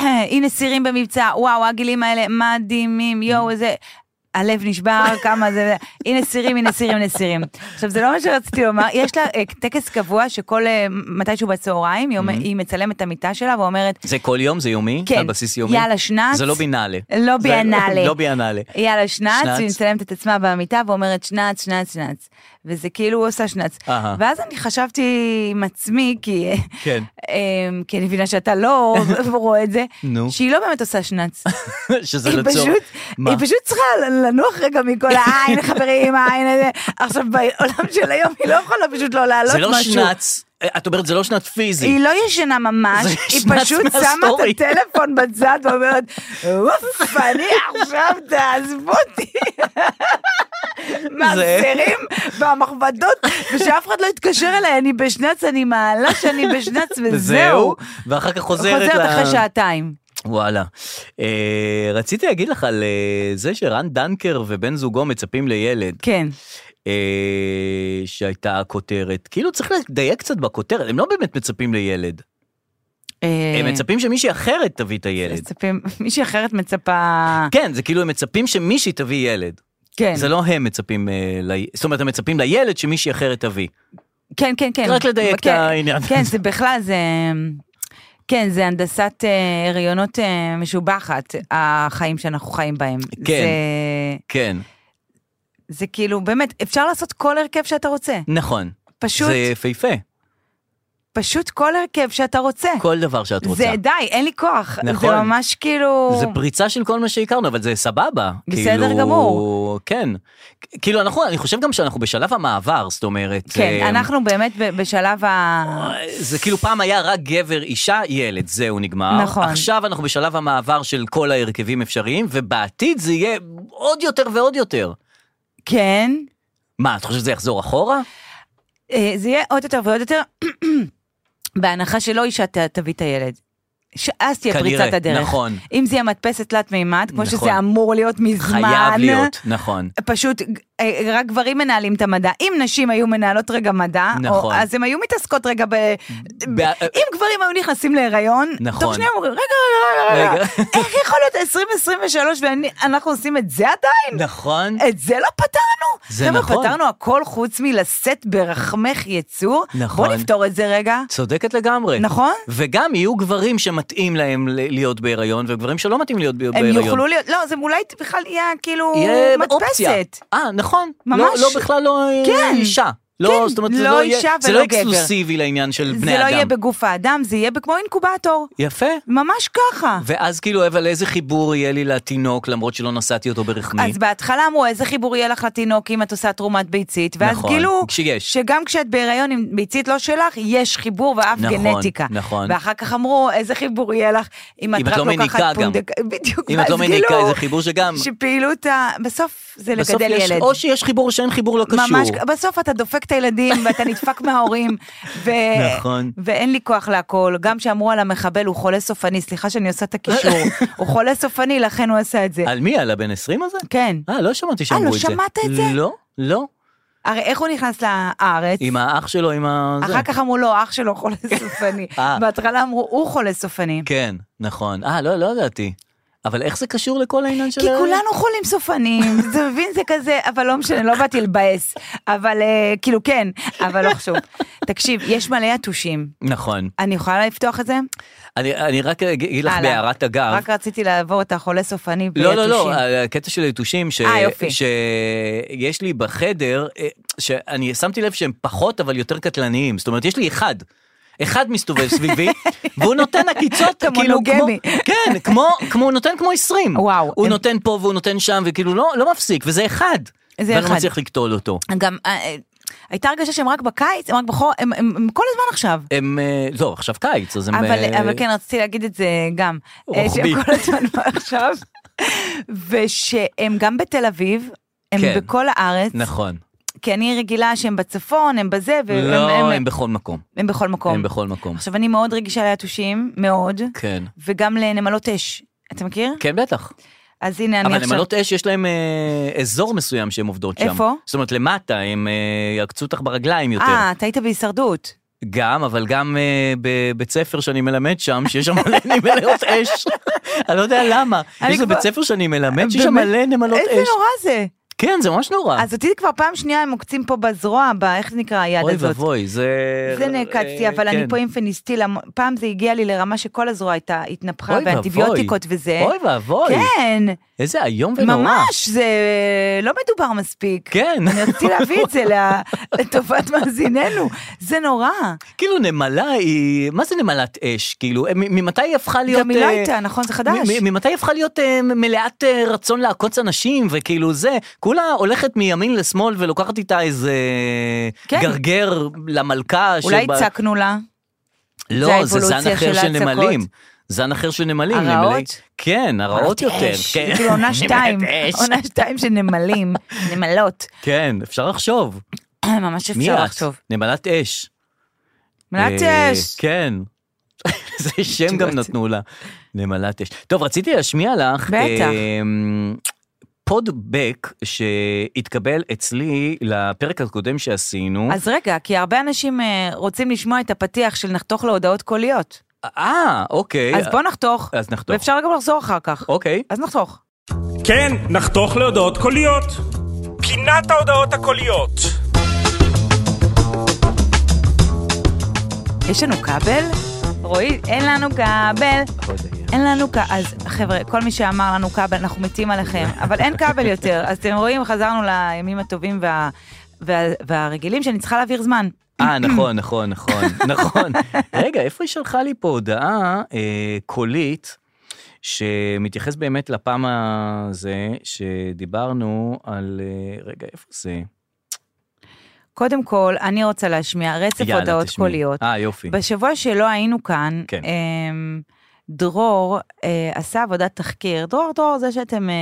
C: הנה סירים במבצע, וואו, הגילים האלה מדהימים, יואו, איזה... הלב נשבר, כמה זה, הנה סירים, הנה סירים, הנה סירים. עכשיו, זה לא מה שרציתי לומר, יש לה אה, טקס קבוע שכל, אה, מתישהו בצהריים, היא אומ- היא מצלמת את המיטה שלה ואומרת,
B: זה כל יום? זה יומי?
C: כן.
B: על בסיס יומי?
C: יאללה, שנץ.
B: זה לא בינאלה.
C: לא
B: זה-
C: ביאנלה.
B: לא ביאנלה.
C: יאללה, שנץ,
B: שנץ.
C: והיא מצלמת את עצמה במיטה ואומרת שנץ, שנץ, שנץ. וזה כאילו הוא עושה שנץ.
B: אהה.
C: ואז אני חשבתי עם עצמי, כי...
B: כן.
C: אמ, כי אני מבינה שאתה לא רואה את זה,
B: נו.
C: שהיא לא באמת עושה שנץ.
B: שזה
C: היא
B: לצורך.
C: פשוט,
B: מה?
C: היא פשוט צריכה לנוח רגע מכל העין, חברים, העין הזה. עכשיו בעולם של היום היא לא יכולה פשוט לא להעלות
B: זה
C: משהו.
B: לא שנץ, את אומרת זה לא שנץ פיזי.
C: היא לא ישנה ממש,
B: זה
C: היא
B: שנץ
C: פשוט שמה את
B: מהסטורי.
C: הטלפון בצד ואומרת, אוף, אני עכשיו, תעזבו אותי. מהסרים והמכבדות, ושאף אחד לא יתקשר אליי, אני בשנץ, אני מעלה שאני בשנץ, וזהו.
B: ואחר כך חוזרת
C: לא- חוזרת
B: ל-
C: אחרי שעתיים.
B: וואלה. אה, רציתי להגיד לך על אה, זה שרן דנקר ובן זוגו מצפים לילד,
C: כן.
B: אה, שהייתה הכותרת. כאילו צריך לדייק קצת בכותרת, הם לא באמת מצפים לילד.
C: אה.
B: הם מצפים שמישהי אחרת תביא את הילד.
C: מצפים, מישהי אחרת מצפה,
B: כן, זה כאילו הם מצפים שמישהי תביא ילד.
C: כן,
B: זה לא הם מצפים, אה, ל... זאת אומרת, הם מצפים לילד שמישהי אחרת תביא.
C: כן, כן, כן.
B: רק לדייק את
C: כן,
B: העניין.
C: כן, זה בכלל, זה... כן, זה הנדסת אה, הריונות אה, משובחת, החיים שאנחנו חיים בהם.
B: כן.
C: זה,
B: כן,
C: זה כאילו, באמת, אפשר לעשות כל הרכב שאתה רוצה.
B: נכון.
C: פשוט,
B: זה יפהפה.
C: פשוט כל הרכב שאתה רוצה.
B: כל דבר שאת רוצה.
C: זה די, אין לי כוח.
B: נכון.
C: זה ממש כאילו...
B: זה פריצה של כל מה שהכרנו, אבל זה סבבה.
C: בסדר
B: כאילו,
C: גמור.
B: כן. כ- כאילו, אנחנו, אני חושב גם שאנחנו בשלב המעבר, זאת אומרת.
C: כן,
B: אה,
C: אנחנו באמת ב- בשלב ה...
B: זה כאילו פעם היה רק גבר, אישה, ילד, זהו נגמר.
C: נכון.
B: עכשיו אנחנו בשלב המעבר של כל ההרכבים אפשריים, ובעתיד זה יהיה עוד יותר ועוד יותר.
C: כן.
B: מה, את חושבת שזה יחזור אחורה?
C: אה, זה יהיה עוד יותר ועוד יותר, בהנחה שלא אישה ת- תביא את הילד. שאז תהיה
B: כנראה,
C: פריצת הדרך.
B: נכון.
C: אם זה יהיה מדפסת תלת מימד, כמו
B: נכון.
C: שזה אמור להיות מזמן.
B: חייב להיות, נכון.
C: פשוט אה, רק גברים מנהלים את המדע. אם נשים היו מנהלות רגע מדע,
B: נכון.
C: או, אז הן היו מתעסקות רגע ב...
B: ב-
C: אם גברים היו נכנסים להיריון,
B: נכון.
C: תוך שנייה אומרים, רגע, רגע, רגע,
B: רגע.
C: רגע. איך יכול להיות 2023 ואנחנו עושים את זה עדיין?
B: נכון.
C: את זה לא פתרנו.
B: זה
C: חבר'ה,
B: נכון.
C: פתרנו הכל חוץ מלשאת ברחמך יצור.
B: נכון.
C: בוא נפתור את זה רגע.
B: צודקת לגמרי.
C: נכון?
B: וגם יהיו גברים שמתאים להם ל- להיות בהיריון, וגברים שלא מתאים להיות ב-
C: הם
B: בהיריון.
C: יוכלו להיות, לא, זה אולי בכלל יהיה כאילו
B: יהיה אופציה.
C: מדפסת.
B: אה, נכון.
C: ממש.
B: לא, לא בכלל לא אה,
C: כן.
B: אישה. לא,
C: כן,
B: זאת אומרת, זה
C: לא
B: לא יהיה-
C: אישה
B: זה
C: ולא
B: לא
C: גבר.
B: אקסקלוסיבי לעניין של בני
C: זה
B: אדם.
C: לא יהיה בגוף האדם, זה יהיה כמו אינקובטור.
B: יפה.
C: ממש ככה.
B: ואז כאילו, אבל איזה חיבור יהיה לי לתינוק, למרות שלא נשאתי אותו ברחמי?
C: אז בהתחלה אמרו, איזה חיבור יהיה לך לתינוק אם את עושה תרומת ביצית, ואז
B: נכון,
C: גילו
B: שיש.
C: שגם כשאת בהיריון עם ביצית לא שלך, יש חיבור ואף
B: נכון,
C: גנטיקה.
B: נכון.
C: ואחר כך אמרו, איזה חיבור יהיה לך אם את
B: אם את
C: רק
B: לא מניקה גם.
C: לוקחת פונדק... בדיוק,
B: אם את
C: ואז
B: לא מניקה,
C: גילו
B: זה חיבור שגם...
C: שפעילות ה... בסוף זה
B: בסוף
C: לגדל
B: יש,
C: ילד.
B: או שיש חיבור או שאין חיבור לא קשור.
C: ממש, בסוף אתה דופק את הילדים ואתה נדפק מההורים, ו...
B: נכון.
C: ואין לי כוח להכל, גם שאמרו על המחבל הוא חולה סופני, סליחה שאני עושה את הקישור, הוא חולה סופני לכן הוא עשה את זה,
B: על מי? על הבן 20 הזה?
C: כן.
B: אה, לא שמעתי שאמרו
C: לא
B: את זה.
C: שמעת את זה?
B: לא, לא.
C: הרי איך הוא נכנס לארץ?
B: עם האח שלו, עם ה... זה.
C: אחר כך אמרו לו, אח שלו חולה סופני.
B: אה.
C: בהתחלה אמרו, הוא חולה סופני.
B: כן, נכון. אה, לא, לא ידעתי. אבל איך זה קשור לכל העניין של...
C: כי
B: ה-
C: כולנו חולים סופנים, אתה מבין? זה כזה, אבל לא משנה, לא באתי לבאס. אבל אה, כאילו כן, אבל לא חשוב. תקשיב, יש מלא יתושים.
B: נכון.
C: אני יכולה לפתוח את זה?
B: אני, אני רק אגיד לך
C: הלאה.
B: בהערת אגב.
C: רק רציתי לעבור את החולה סופני ביתושים.
B: לא, לא, לא, הקטע של היתושים, ש...
C: אה, יופי.
B: שיש לי בחדר, אה, שאני שמתי לב שהם פחות, אבל יותר קטלניים. זאת אומרת, יש לי אחד. אחד מסתובב סביבי, והוא נותן עקיצות,
C: אתה
B: כאילו, כמו,
C: מונוגמי.
B: כן, כמו, כמו, הוא נותן כמו 20.
C: וואו,
B: הוא
C: הם-
B: נותן פה והוא נותן שם, וכאילו, לא, לא מפסיק, וזה אחד.
C: זה
B: ואני לא
C: אחד.
B: מצליח לקטול אותו.
C: גם אה, אה, הייתה הרגשה שהם רק בקיץ, הם רק בחור, הם- הם הם כל הזמן עכשיו.
B: הם, אה, לא, עכשיו קיץ, אז הם...
C: אבל,
B: אה,
C: אבל כן, רציתי להגיד את זה גם. אה,
B: רוחבי.
C: שהם כל הזמן עכשיו. ושהם גם בתל אביב, הם
B: כן.
C: בכל הארץ.
B: נכון.
C: כי אני רגילה שהם בצפון, הם בזה, והם
B: לא,
C: הם,
B: הם,
C: הם,
B: בכל מקום.
C: הם בכל מקום.
B: הם בכל מקום.
C: עכשיו, אני מאוד רגישה ליתושים, מאוד,
B: כן.
C: וגם לנמלות אש. אתה מכיר?
B: כן, בטח.
C: אז הנה, אני
B: אבל
C: עכשיו...
B: נמלות אש, יש להם אה, אזור מסוים שהן עובדות שם.
C: איפה?
B: זאת אומרת, למטה, הם אה, יעקצו אותך ברגליים יותר.
C: אה, אתה היית בהישרדות.
B: גם, אבל גם אה, בבית ספר שאני מלמד שם, שיש שם מלא נמלות אש. אני לא יודע למה.
C: אני
B: יש איזה
C: כבר- אה,
B: בית ספר שאני מלמד, שיש שם
C: באמת?
B: מלא נמלות
C: איזה
B: אש.
C: נורא זה.
B: כן, זה ממש נורא.
C: אז אותי כבר פעם שנייה הם עוקצים פה בזרוע, ב... איך זה נקרא היד
B: אוי
C: הזאת?
B: ואבוי, זה...
C: זה נעקצתי, אבל
B: אה,
C: אני
B: כן.
C: פה עם פניסטיל, המ- פעם זה הגיע לי לרמה שכל הזרוע הייתה, התנפחה,
B: אוי
C: ואנטיביוטיקות
B: ואבוי.
C: וזה.
B: אוי ואבוי.
C: כן,
B: איזה איום ונורא.
C: ממש, זה לא מדובר מספיק.
B: כן.
C: אני רציתי להביא את זה ל- לטובת מאזיננו, זה נורא.
B: כאילו נמלה היא, מה זה נמלת אש? כאילו, מ- ממתי היא הפכה להיות...
C: גם היא לא
B: אה,
C: הייתה, נכון? זה חדש.
B: מ- מ- ממתי היא הפכה להיות אה, מלאת אה, רצון לעקוץ אנשים, וכאילו זה, כולה הולכת מימין לשמאל ולוקחת איתה איזה
C: כן.
B: גרגר למלכה.
C: אולי
B: שבה-
C: הצקנו לה, זה
B: לא, זה
C: האבולוציה
B: זן אחר
C: של
B: של נמלים.
C: ההצקות.
B: זן אחר של נמלים.
C: הרעות?
B: נמלי- כן, הרעות יותר.
C: אש,
B: כן.
C: זה כאילו עונה שתיים,
B: אש.
C: עונה שתיים של נמלים, נמלות.
B: כן, אפשר לחשוב.
C: ממש
B: מי
C: אפשר
B: את?
C: לחשוב.
B: נמלת אש.
C: נמלת
B: אה,
C: אש.
B: כן. זה שם גם
C: תשובות.
B: נתנו לה. נמלת אש. טוב, רציתי להשמיע לך.
C: בטח.
B: אמ, פודבק שהתקבל אצלי לפרק הקודם שעשינו.
C: אז רגע, כי הרבה אנשים אה, רוצים לשמוע את הפתיח של נחתוך להודעות קוליות.
B: אה, אוקיי.
C: אז בוא נחתוך,
B: אז נחתוך.
C: ואפשר גם לחזור אחר כך.
B: אוקיי.
C: אז נחתוך.
D: כן, נחתוך להודעות קוליות. פינת ההודעות הקוליות.
C: יש לנו כבל? רועי, אין לנו כבל. אין לנו כבל. אז חבר'ה, כל מי שאמר לנו כבל, אנחנו מתים עליכם, אבל אין כבל יותר. אז אתם רואים, חזרנו לימים הטובים וה... וה... והרגילים שאני צריכה להעביר זמן.
B: אה, נכון, נכון, נכון, נכון. רגע, איפה היא שלחה לי פה הודעה אה, קולית, שמתייחס באמת לפעם הזה, שדיברנו על... אה, רגע, איפה זה?
C: קודם כל, אני רוצה להשמיע רצף
B: יאללה,
C: הודעות
B: תשמעי.
C: קוליות.
B: אה, יופי.
C: בשבוע שלא היינו כאן,
B: כן.
C: אמ, דרור אה, עשה עבודת תחקיר. דרור, דרור, זה שאתם אה,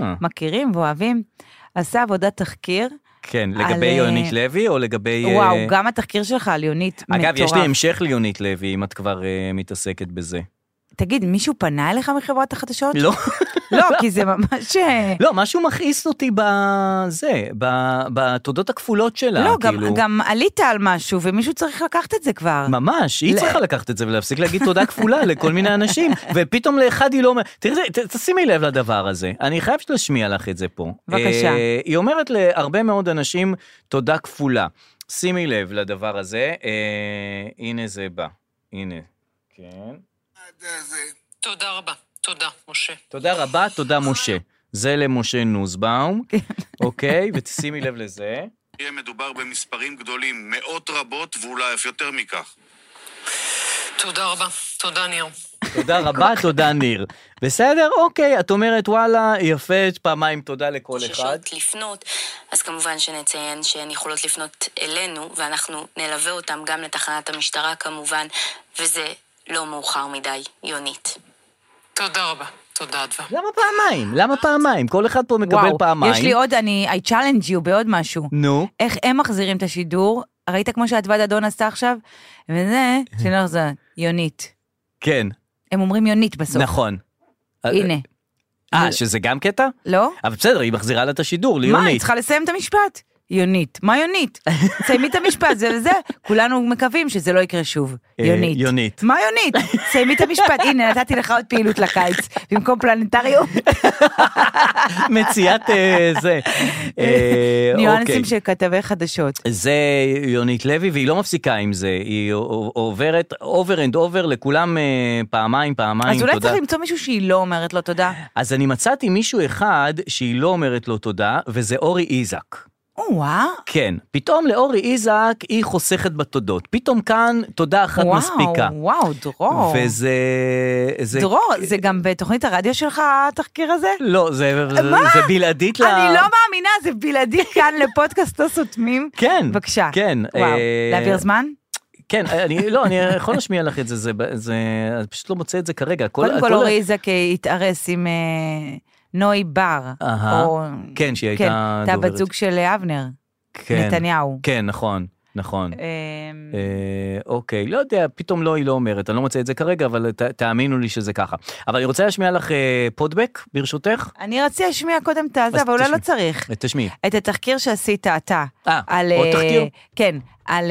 B: אה.
C: מכירים ואוהבים, עשה עבודת תחקיר.
B: כן,
C: על,
B: לגבי
C: אה,
B: יונית לוי או לגבי... אה,
C: וואו, גם התחקיר שלך על יונית מטורף.
B: אגב, יש לי המשך ליונית לוי, אם את כבר אה, מתעסקת בזה.
C: תגיד, מישהו פנה אליך מחברת החדשות?
B: לא,
C: לא, כי זה ממש... אה,
B: לא, משהו מכעיס אותי בזה, ב- בתודות הכפולות שלה,
C: לא, גם-
B: כאילו.
C: גם עלית על משהו, ומישהו צריך לקחת את זה כבר.
B: ממש, היא
C: ל-
B: צריכה לקחת את זה ולהפסיק להגיד תודה כפולה לכל מיני אנשים, ופתאום לאחד היא לא אומרת, תראי, ת- תשימי לב לדבר הזה, אני חייב להשמיע לך את זה פה.
C: בבקשה.
B: אה, היא אומרת להרבה מאוד אנשים תודה כפולה. שימי לב לדבר הזה, אה, הנה זה בא, הנה. כן.
E: תודה רבה. תודה, משה.
B: תודה רבה, תודה משה. זה למשה נוסבאום,
C: כן.
B: אוקיי? ותשימי לב לזה.
F: יהיה מדובר במספרים גדולים, מאות רבות ואולי אף יותר מכך.
E: תודה רבה. תודה, ניר.
B: תודה רבה, תודה ניר. בסדר? אוקיי, את אומרת וואלה, יפה, פעמיים תודה לכל אחד.
G: חוששות לפנות, אז כמובן שנציין שהן יכולות לפנות אלינו, ואנחנו נלווה אותן גם לתחנת המשטרה כמובן, וזה לא מאוחר מדי, יונית.
E: תודה רבה. תודה, אדווה.
B: למה פעמיים? למה פעמיים? כל אחד פה מקבל
C: וואו,
B: פעמיים.
C: יש לי עוד, אני, I challenge you בעוד משהו.
B: נו.
C: איך הם מחזירים את השידור? ראית כמו שאדוה דדון עשתה עכשיו? וזה,
B: אה.
C: שלא זה, יונית.
B: כן,
C: הם אומרים יונית בסוף.
B: נכון.
C: הנה,
B: אה, שזה גם קטע?
C: לא?
B: אבל בסדר, היא מחזירה לה את השידור, ליונית.
C: מה, היא צריכה לסיים את המשפט? יונית. מה יונית? סיימי את המשפט, זה וזה. כולנו מקווים שזה לא יקרה שוב.
B: אה,
C: יונית.
B: יונית.
C: מה יונית? סיימי את המשפט. הנה, נתתי לך עוד פעילות לקיץ, במקום פלנטריום.
B: מציאת אה, זה. אה, אוקיי.
C: ניואנסים של כתבי חדשות.
B: זה יונית לוי, והיא לא מפסיקה עם זה, היא עוברת over and over לכולם אה, פעמיים, פעמיים,
C: אז אולי
B: תודה.
C: צריך למצוא מישהו שהיא לא אומרת לו תודה.
B: אז אני מצאתי מישהו אחד שהיא לא אומרת לו תודה, וזה אורי איזק.
C: או, וואו.
B: כן, פתאום לאורי איזק היא חוסכת בתודות. פתאום כאן תודה אחת
C: וואו,
B: מספיקה.
C: וואו, דרור.
B: וזה... זה...
C: דרור, זה גם בתוכנית הרדיו שלך, התחקיר הזה?
B: לא, זה, זה,
C: מה?
B: זה בלעדית ל...
C: אני לא מאמינה, זה בלעדי כאן לפודקאסט לא סותמים.
B: כן,
C: בבקשה.
B: כן,
C: וואו,
B: אה,
C: להעביר זמן?
B: כן, אני לא, אני יכול להשמיע לך את זה, זה, זה, אני פשוט לא מוצא את זה כרגע. כל-
C: קודם
B: כל-
C: כל אורי איזק אה, התארס עם אה, נוי בר.
B: אהה.
C: או-
B: כן, שהיא
C: כן,
B: הייתה
C: הייתה
B: דוברת.
C: בת זוג של אה, אבנר,
B: כן,
C: נתניהו.
B: כן, נכון, נכון.
C: אה,
B: אה, אוקיי, לא יודע, פתאום לא, היא לא אומרת, אני לא מוצא את זה כרגע, אבל ת, תאמינו לי שזה ככה. אבל אני רוצה להשמיע לך אה, פודבק, ברשותך.
C: אני רציתי להשמיע קודם את
B: אז
C: הזה, אבל אולי לא
B: תשמעי.
C: צריך.
B: אה, תשמיעי.
C: את התחקיר שעשית אתה.
B: אה,
C: על,
B: עוד
C: אה,
B: תחקיר?
C: כן, על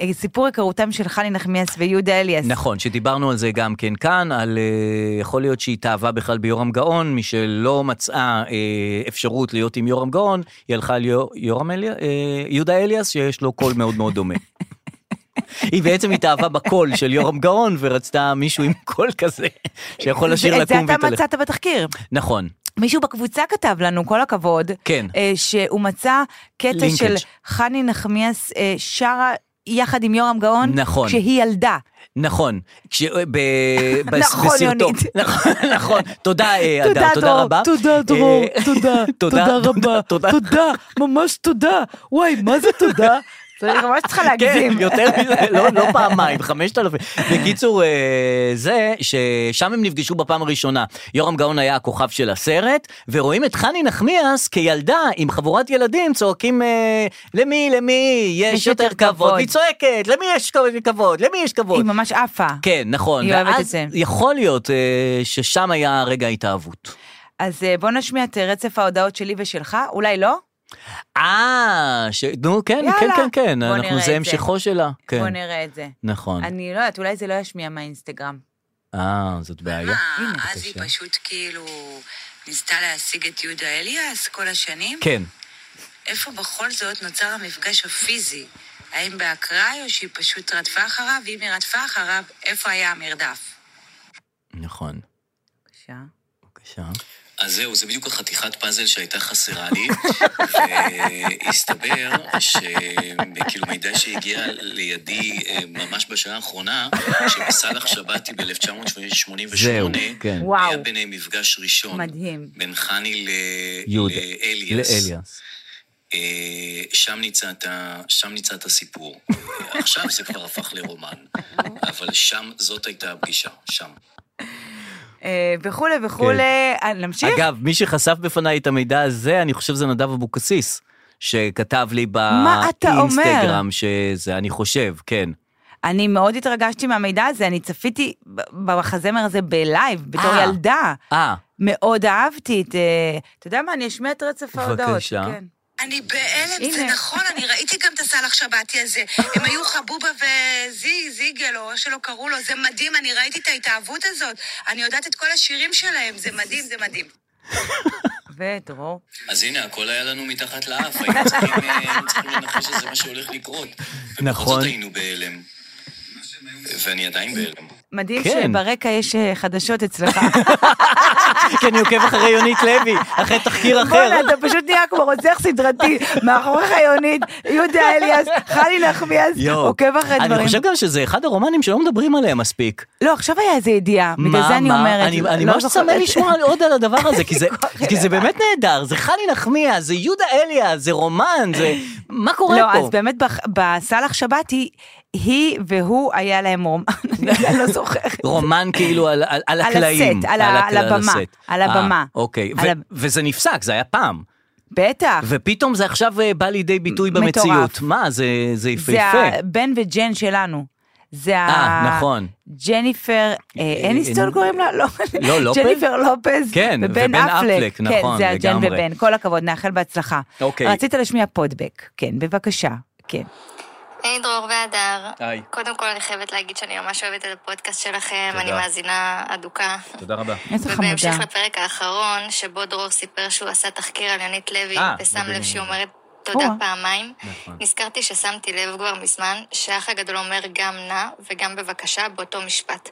C: אה, סיפור היכרותם של חני נחמיאס ויהודה אליאס.
B: נכון, שדיברנו על זה גם כן כאן, על אה, יכול להיות שהיא התאהבה בכלל ביורם גאון, מי שלא מצאה אה, אפשרות להיות עם יורם גאון, היא הלכה על יור- יורם אליה, אה, יהודה אליאס, שיש לו קול מאוד מאוד דומה. היא בעצם התאהבה בקול של יורם גאון, ורצתה מישהו עם קול כזה, שיכול לשיר
C: את זה
B: לא לקום
C: אתה
B: ותלך.
C: מצאת בתחקיר.
B: נכון,
C: מישהו בקבוצה כתב לנו, כל הכבוד,
B: כן.
C: אה, שהוא מצא קטע
B: לינקג'.
C: של חני נחמיאס אה, שרה יחד עם יורם גאון,
B: נכון.
C: כשהיא ילדה.
B: נכון, כש... ב... ב...
C: נכון,
B: בסרטון.
C: יונית.
B: נכון, נכון. תודה, אה, אדר,
H: תודה,
B: תודה
H: דרור,
B: רבה.
H: תודה,
B: אה,
H: דרור, תודה, תודה רבה,
B: תודה.
H: תודה, ממש תודה. וואי, מה זה תודה?
C: צריך ממש צריכה
B: כן,
C: להגזים.
B: יותר מזה, לא, לא פעמיים, חמשת אלפים. בקיצור, אה, זה ששם הם נפגשו בפעם הראשונה. יורם גאון היה הכוכב של הסרט, ורואים את חני נחמיאס כילדה עם חבורת ילדים צועקים, אה, למי, למי יש
C: יש
B: יותר
C: יותר
B: כבוד?
C: כבוד.
B: היא צועקת, למי יש כבוד? למי יש
C: היא
B: כבוד?
C: ממש עפה.
B: כן, נכון.
C: היא אוהבת את
B: ואז
C: זה.
B: יכול להיות אה, ששם היה רגע ההתאהבות.
C: אז אה, בוא נשמיע את אה, רצף ההודעות שלי ושלך, אולי לא?
B: אה, ש... נו, כן,
C: יאללה.
B: כן, כן, כן,
C: בוא
B: אנחנו
C: נראה את
B: זה
C: זה.
B: המשכו שלה.
C: בוא
B: כן,
C: נראה את זה.
B: נכון.
C: אני לא יודעת, אולי זה לא ישמיע מהאינסטגרם.
B: אה, זאת בעיה.
I: מה, אז היא פשוט כאילו ניסתה להשיג את יהודה אליאס כל השנים?
B: כן.
I: איפה בכל זאת נוצר המפגש הפיזי? האם באקראי או שהיא פשוט רדפה אחריו? ואם היא רדפה אחריו, איפה היה המרדף?
B: נכון.
C: בבקשה.
B: בבקשה.
J: אז זהו, זה בדיוק החתיכת פאזל שהייתה חסרה לי, והסתבר שכאילו מידע שהגיע לידי אה, ממש בשעה האחרונה, שבסאלח שבתי
B: זהו,
J: ב-1988,
B: כן.
J: היה
C: וואו.
J: ביניהם מפגש ראשון.
C: מדהים.
J: בין חני ל...
B: יהודה.
J: לאליאס.
B: לאליאס.
J: אה, שם ניצע את ה- שם ניצע את הסיפור. אה, עכשיו זה כבר הפך לרומן, אבל שם, זאת הייתה הפגישה, שם.
C: אה, וכולי וכולי, אה, נמשיך?
B: כן. אגב, מי שחשף בפניי את המידע הזה, אני חושב שזה נדב אבוקסיס, שכתב לי
C: אתה אומר?
B: באינסטגרם שזה, אני חושב, כן.
C: אני מאוד התרגשתי מהמידע הזה, אני צפיתי ב- במחזמר הזה בלייב, בתור
B: אה.
C: ילדה.
B: אה,
C: מאוד אהבתי את... אה, אתה יודע מה, אני אשמיע את רצף ההודעות.
B: בבקשה.
C: כן.
I: אני בהלם, זה
C: הנה.
I: נכון, אני ראיתי גם את הסאלח שבתי הזה. הם היו חבובה וזי, זיגל, או איך שלא קראו לו, זה מדהים, אני ראיתי את ההתאהבות הזאת. אני יודעת את כל השירים שלהם, זה מדהים, זה מדהים.
C: ודרור.
J: אז הנה, הכל היה לנו מתחת לאף, היינו צריכים אה, היינו צריכים לנחש שזה מה שהולך לקרות. ובכל
B: נכון.
J: זאת היינו בהלם. ואני עדיין בהלם.
C: מדהים
B: כן.
C: שברקע יש אה, חדשות אצלך.
B: כי אני עוקב אחרי יונית לוי, אחרי תחקיר אחר.
C: בואנה, אתה פשוט נהיה כמו רוצח סדרתי, מאחוריך יונית, יהודה אליאס, חני נחמיאס,
B: יואו.
C: עוקב אחרי
B: אני
C: דברים.
B: חושב גם שזה אחד הרומנים שלא מדברים עליהם מספיק.
C: לא, עכשיו היה איזה ידיעה, בגלל
B: מה,
C: זה אני
B: מה?
C: אומרת.
B: אני-
C: לא
B: אני ממש
C: זוכרת.
B: צמא לשמוע על- עוד על הדבר הזה, כי זה- כי זה באמת נהדר, זה חני נחמיה, זה יהודה אליה, זה רומן, זה... מה קורה
C: לא,
B: פה?
C: אז באמת בח- בסאלח שבתי, היא והוא היה להם רום, אני לא זוכרת.
B: רומן כאילו על, על, על
C: על
B: הקלעים.
C: הסט, על ה-
B: הק-
C: על הבמה,
B: הסט.
C: על הבמה.
B: אה, אוקיי,
C: על
B: ו-
C: ה-
B: וזה נפסק, זה היה פעם.
C: בטח.
B: ופתאום זה עכשיו אה, בא לידי ביטוי
C: מטורף.
B: במציאות. מה, זה, זה
C: זה
B: יפהפה.
C: הבן וג'ן שלנו. זה
B: אה, נכון.
C: ג'ניפר אה,
B: אה,
C: אניסטון
B: אה,
C: קוראים לה? לא,
B: לא, לופז?
C: ג'ניפר לופז
B: כן, ובן
C: ובן אפלק.
B: אפלק, נכון,
C: כן, זה הג'ן
B: לגמרי.
C: ובן, כל הכבוד, נאחל בהצלחה.
B: אוקיי.
C: רצית להשמיע פודבק, כן, בבקשה, כן.
K: היי דרור והדר.
B: היי.
K: קודם כל אני חייבת להגיד שאני ממש אוהבת את הפודקאסט שלכם,
B: תודה.
K: אני מאזינה אדוקה.
B: תודה רבה.
C: איזה
K: ובהמשך לפרק האחרון, שבו דרור סיפר שהוא עשה תחקיר על יונית לוי,
B: אה,
K: ושם
B: בדיוק.
K: לב שהיא אומרת תודה
C: או.
K: פעמיים, נזכרתי ששמתי לב כבר מזמן שהאח הגדול אומר גם נא וגם בבקשה באותו משפט,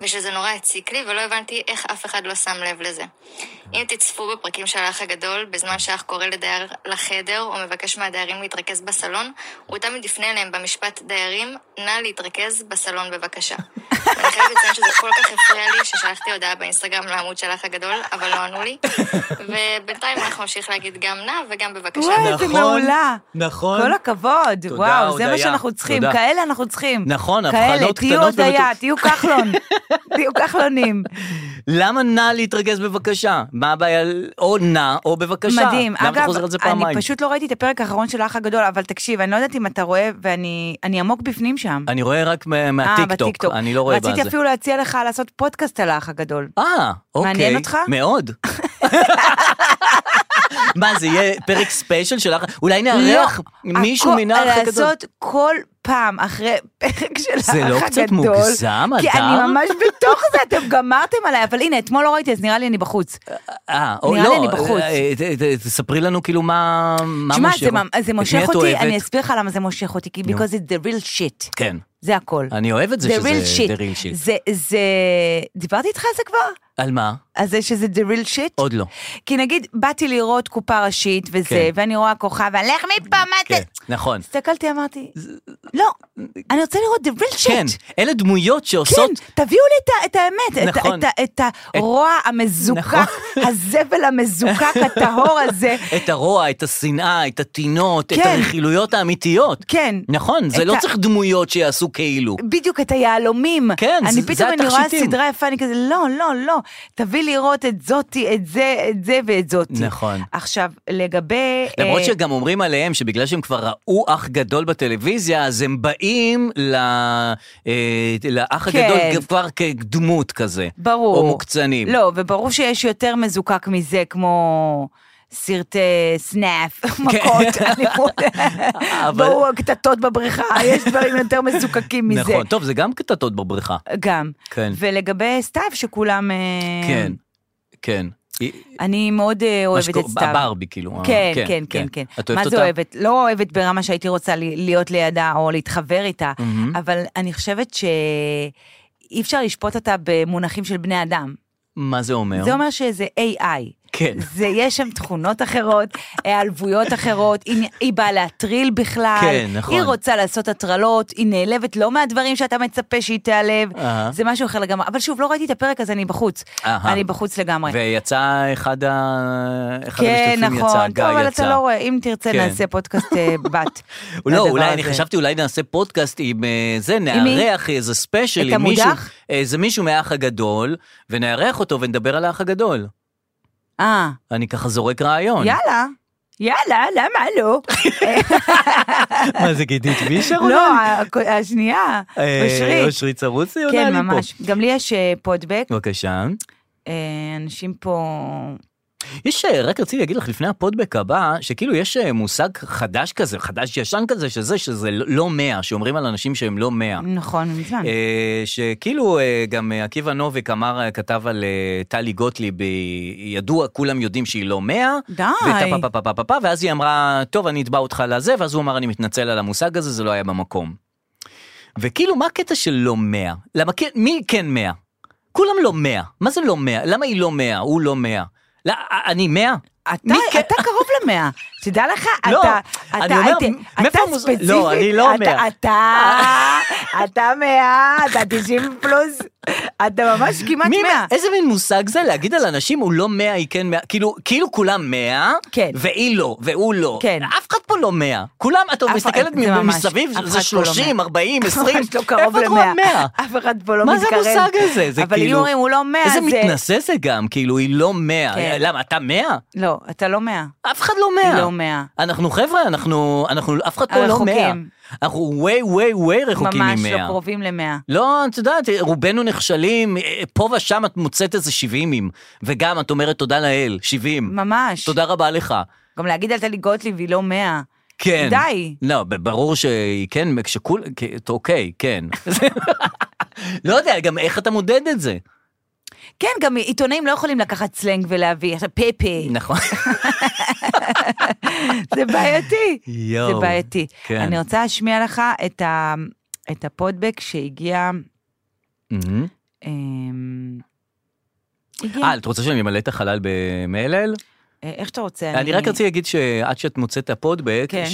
K: ושזה נורא הציק לי ולא הבנתי איך אף אחד לא שם לב לזה. אם תצפו בפרקים של האח הגדול, בזמן שהאח קורא לדייר לחדר או מבקש מהדיירים להתרכז בסלון, הוא תמיד יפנה אליהם במשפט דיירים, נא להתרכז בסלון בבקשה. אני חייבת לציין שזה כל כך הפריע לי ששלחתי הודעה באינסטגרם לעמוד של האח הגדול, אבל לא ענו לי, ובינתיים אנחנו נמשיך להגיד גם נא וגם בבקשה.
C: וואי, איזה מעולה.
B: אה, נכון.
C: כל הכבוד,
B: תודה,
C: וואו, זה מה
B: הודיה,
C: שאנחנו צריכים,
B: תודה.
C: כאלה אנחנו צריכים.
B: נכון,
C: כאלה,
B: הבחנות
C: תהיו
B: קטנות
C: הודיה,
B: ומתוק-
C: תהיו כחלון, תהיו כחלונים.
B: למה נא להתרגז בבקשה? מה הבעיה? או נא, או בבקשה.
C: מדהים.
B: למה אתה
C: אגב,
B: חוזר על זה פעמיים?
C: אני פשוט לא ראיתי את הפרק האחרון של האח הגדול, אבל תקשיב, אני לא יודעת אם אתה רואה, ואני אני עמוק בפנים שם.
B: אני רואה רק מה- מהטיקטוק, אני לא רואה בזה.
C: אה, רציתי אפילו להציע לך לעשות פודקאסט על האח הגדול.
B: אה, אוקיי.
C: מעניין אותך?
B: מאוד. מה, זה יהיה פרק ספיישל שלך? אולי
C: לא,
B: נארח מישהו
C: הכל-
B: מן האח הגדול?
C: לעשות כל פעם אחרי פרק של האח
B: זה
C: הגדול.
B: לא קצת מוגזם,
C: כי
B: אדם?
C: אני ממש בתוך זה, אתם גמרתם עליי, אבל הנה, אתמול לא ראיתי, אז נראה לי אני בחוץ.
B: אה, או
C: נראה לי
B: לא,
C: אני בחוץ.
B: אה, ת- ת- תספרי לנו כאילו מה מה
C: תשמע,
B: מושך.
C: זה ממ-
B: את
C: זה
B: מי
C: מושך
B: את
C: אותי,
B: אוהבת?
C: אני אסביר לך למה זה מושך אותי, כי
B: נו.
C: because it's the real shit.
B: כן,
C: זה הכל.
B: אני אוהב את זה
C: The
B: שזה
C: real shit.
B: the real shit.
C: זה, זה... דיברתי איתך על זה כבר?
B: על מה?
C: על זה שזה the real shit?
B: עוד לא.
C: כי נגיד, באתי לראות קופה ראשית וזה,
B: כן.
C: ואני רואה כוכב, ואני לך מפה, מה זה?
B: כן, נכון.
C: הסתכלתי, אמרתי, לא, אני רוצה לראות the real shit.
B: כן, אלה דמויות שעושות...
C: אה, כן, תביאו לי את, ה- את האמת, את ה-
B: נכון.
C: את, ה- את הרוע המזוקק, הזבל המזוקק הטהור הזה.
B: את הרוע, את השנאה, את הטינות, את
C: כן.
B: הרכילויות האמיתיות.
C: כן.
B: נכון, זה
C: את
B: לא
C: ה-
B: צריך דמויות שיעשו כאילו.
C: בדיוק את היהלומים.
B: כן, זה-
C: אני
B: זה
C: פתאום אני רואה
B: התכשיטים.
C: סדרה יפה, אני כזה, לא, לא, לא, תביא לראות את זאתי, את זה, את זה ואת זאתי.
B: נכון.
C: עכשיו, לגבי...
B: למרות
C: אה,
B: שגם אומרים עליהם שבגלל שהם כבר ראו אח גדול בטלוויזיה, אז הם באים ל... אה, לאח
C: כן.
B: הגדול כבר כדמות כזה.
C: ברור.
B: או מוקצנים.
C: לא, וברור שיש יותר מזוקק מזה, כמו... סרטי סנאף, מכות, אלימות,
B: כן. אבל-
C: ברור, קטטות בבריכה, יש דברים יותר מזוקקים מזה.
B: נכון, טוב, זה גם קטטות בבריכה.
C: גם.
B: כן.
C: ולגבי סתיו, שכולם... אה,
B: כן, כן.
C: אני מאוד אה,
B: מה
C: אוהבת
B: שקור-
C: את סתיו.
B: הברבי, כאילו, ה-
C: כן,
B: כן,
C: כן,
B: כן.
C: כן, כן.
B: את אוהבת
C: מה זה
B: אותה?
C: אוהבת? לא אוהבת ברמה שהייתי רוצה לי- להיות לידה או להתחבר איתה, אבל אני חושבת שאי אפשר לשפוט אותה במונחים של בני אדם.
B: מה זה אומר?
C: זה אומר שזה AI.
B: כן.
C: זה, יש שם תכונות אחרות, העלבויות אחרות, היא, היא באה להטריל בכלל.
B: כן, נכון.
C: היא רוצה לעשות הטרלות, היא נעלבת לא מהדברים שאתה מצפה שהיא תיעלב,
B: אהה.
C: זה משהו אחר לגמרי. אבל שוב, לא ראיתי את הפרק הזה, אני בחוץ.
B: אהה.
C: אני בחוץ לגמרי.
B: ויצא אחד, ה... אחד
C: כן,
B: המשתתפים
C: נכון.
B: יצא,
C: טוב,
B: גיא
C: אבל
B: יצא.
C: אתה לא רואה, אם תרצה
B: כן.
C: נעשה פודקאסט אה, בת.
B: לא,
C: לדבר
B: אולי אני
C: הזה.
B: חשבתי, אולי נעשה פודקאסט עם אה, זה,
C: מי?
B: נארח איזה ספיישל
C: את
B: עם מישהו,
C: המודח?
B: איזה מישהו מהאח הגדול, ונארח אותו ונדבר על האח הגדול.
C: אה,
B: אני ככה זורק רעיון.
C: יאללה. יאללה, למה לא?
B: מה זה גידית וישר
C: לא, הכ- השנייה,
B: אה,
C: אושרית.
B: אושרית סרוסי עונה
C: כן,
B: לי פה.
C: ממש. גם לי יש אה, פודבק,
B: בבקשה.
C: אה, אנשים פה...
B: יש, אה, רק רציתי להגיד לך לפני הפודבק הבא, שכאילו יש אה, מושג חדש כזה, חדש ישן כזה, שזה, שזה לא מאה, שאומרים על אנשים שהם לא מאה.
C: נכון, מזמן.
B: אה, שכאילו אה, גם אה, עקיבא נוביק אמר, אה, כתב על אה, טלי גוטליב, היא- ידוע, כולם יודעים שהיא לא מאה.
C: די.
B: וטה פה פה פה פה פה, ואז היא אמרה, טוב, אני אתבע אותך לזה, ואז הוא אמר, אני מתנצל על המושג הזה, זה לא היה במקום. וכאילו, מה הקטע של לא מאה? למה כן, מי כן מאה? כולם לא מאה. מה זה לא מאה? למה היא לא מאה? הוא לא מאה. לא, א- אני מאה?
C: אתה, אתה קרוב למאה, תדע לך,
B: לא,
C: אתה,
B: אני
C: אתה,
B: אומר,
C: אתה-
B: מאיפה
C: אתה
B: המוז-
C: ספציפית,
B: לא, אני לא
C: אתה-
B: אומר.
C: אתה, אתה מאה, אתה 90 פלוס, אתה ממש כמעט
B: מי
C: מאה.
B: איזה מין מושג זה להגיד על אנשים הוא לא מאה, היא כן מאה, כאילו, כאילו כולם מאה,
C: כן.
B: והיא לא, והוא לא.
C: כן.
B: אף אחד פה לא מאה. כולם, את
C: אף-
B: מסתכלת
C: זה ממש,
B: מסביב,
C: אף אחד פה
B: זה
C: לא
B: 30,
C: מאה.
B: 40,
C: ממש
B: 20,
C: לא קרוב
B: איפה את רואה
C: למאה.
B: מאה?
C: אף אחד פה לא
B: מה
C: מתקרב.
B: זה המושג הזה? זה
C: אבל אם
B: כאילו...
C: אומרים הוא לא מאה,
B: איזה
C: זה...
B: מתנשא זה גם, כאילו, היא לא מאה.
C: כן.
B: למה, אתה מאה?
C: לא, אתה לא מאה.
B: אף אחד לא מאה.
C: לא מאה.
B: אנחנו חבר'ה, אנחנו, אנחנו, אף אחד פה לא
C: רחוקים.
B: מאה. אנחנו way, way, way רחוקים ממאה.
C: ממש לא קרובים למאה.
B: לא, את יודעת, רובנו נכשלים, אה, פה ושם את מוצאת איזה 70 וגם את אומרת תודה לאל, 70.
C: ממש.
B: תודה רבה לך.
C: גם להגיד על טלי גוטליב היא לא מאה.
B: כן.
C: די.
B: לא, ב- ברור שהיא כן, כשכול, כ- אוקיי, כן. לא יודע, גם איך אתה מודד את זה.
C: כן, גם עיתונאים לא יכולים לקחת סלנג ולהביא, עכשיו פפה.
B: נכון.
C: זה בעייתי.
B: יואו,
C: זה בעייתי.
B: כן.
C: אני רוצה להשמיע לך את, ה, את הפודבק שהגיע...
B: מהמם.
C: אמ, הגיע.
B: אה, את רוצה שאני אמלא את החלל במלל?
C: אה, איך שאתה רוצה.
B: אני רק רציתי להגיד שעד שאת מוצאת את הפודבק,
C: כן.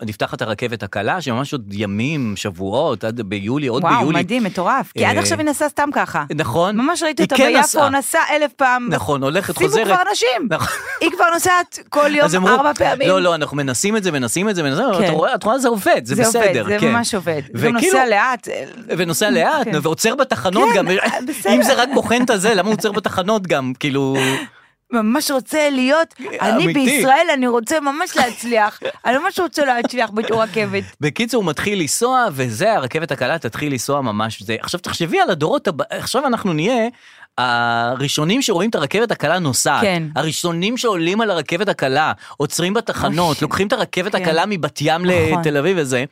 B: שנפתחת הרכבת הקלה, שממש עוד ימים, שבועות, עד ביולי, עוד
C: וואו,
B: ביולי.
C: מדהים, מטורף. כי עד
B: אה,
C: עכשיו היא נסעה סתם ככה.
B: נכון.
C: ממש ראיתי
B: היא
C: אותה
B: כן
C: ביפו,
B: נסעה.
C: נסעה אלף פעם.
B: נכון, הולכת,
C: שימו
B: חוזרת.
C: כבר אנשים.
B: נכון.
C: היא כבר נוסעת כל
B: אז
C: יום
B: אמרו,
C: ארבע פעמים.
B: לא, לא, אנחנו מנסים את זה, מנסים את זה, מנסים את זה,
C: כן.
B: אתה רואה, את רואה, זה עובד, זה בסדר,
C: עובד, זה
B: כן.
C: ממש עובד. זה
B: וכאילו-
C: נוסע לאט.
B: ונוסע לאט,
C: כן.
B: ועוצר בתחנות
C: כן,
B: גם,
C: בסדר.
B: אם זה רק בוחן את הזה, למה הוא עוצר בתחנות גם, כאילו,
C: ממש רוצה להיות, אני
B: אה, אמיתי.
C: בישראל, אני רוצה ממש להצליח. אני ממש רוצה להצליח בתור רכבת.
B: בקיצור, הוא מתחיל לנסוע, וזה, הרכבת הקלה תתחיל לנסוע ממש זה. עכשיו תחשבי על הדורות הבא, עכשיו אנחנו נהיה הראשונים שרואים את הרכבת הקלה נוסעת.
C: כן.
B: הראשונים שעולים על הרכבת הקלה, עוצרים בתחנות, לוקחים את הרכבת
C: כן.
B: הקלה מבת ים
C: נכון.
B: לתל אביב וזה.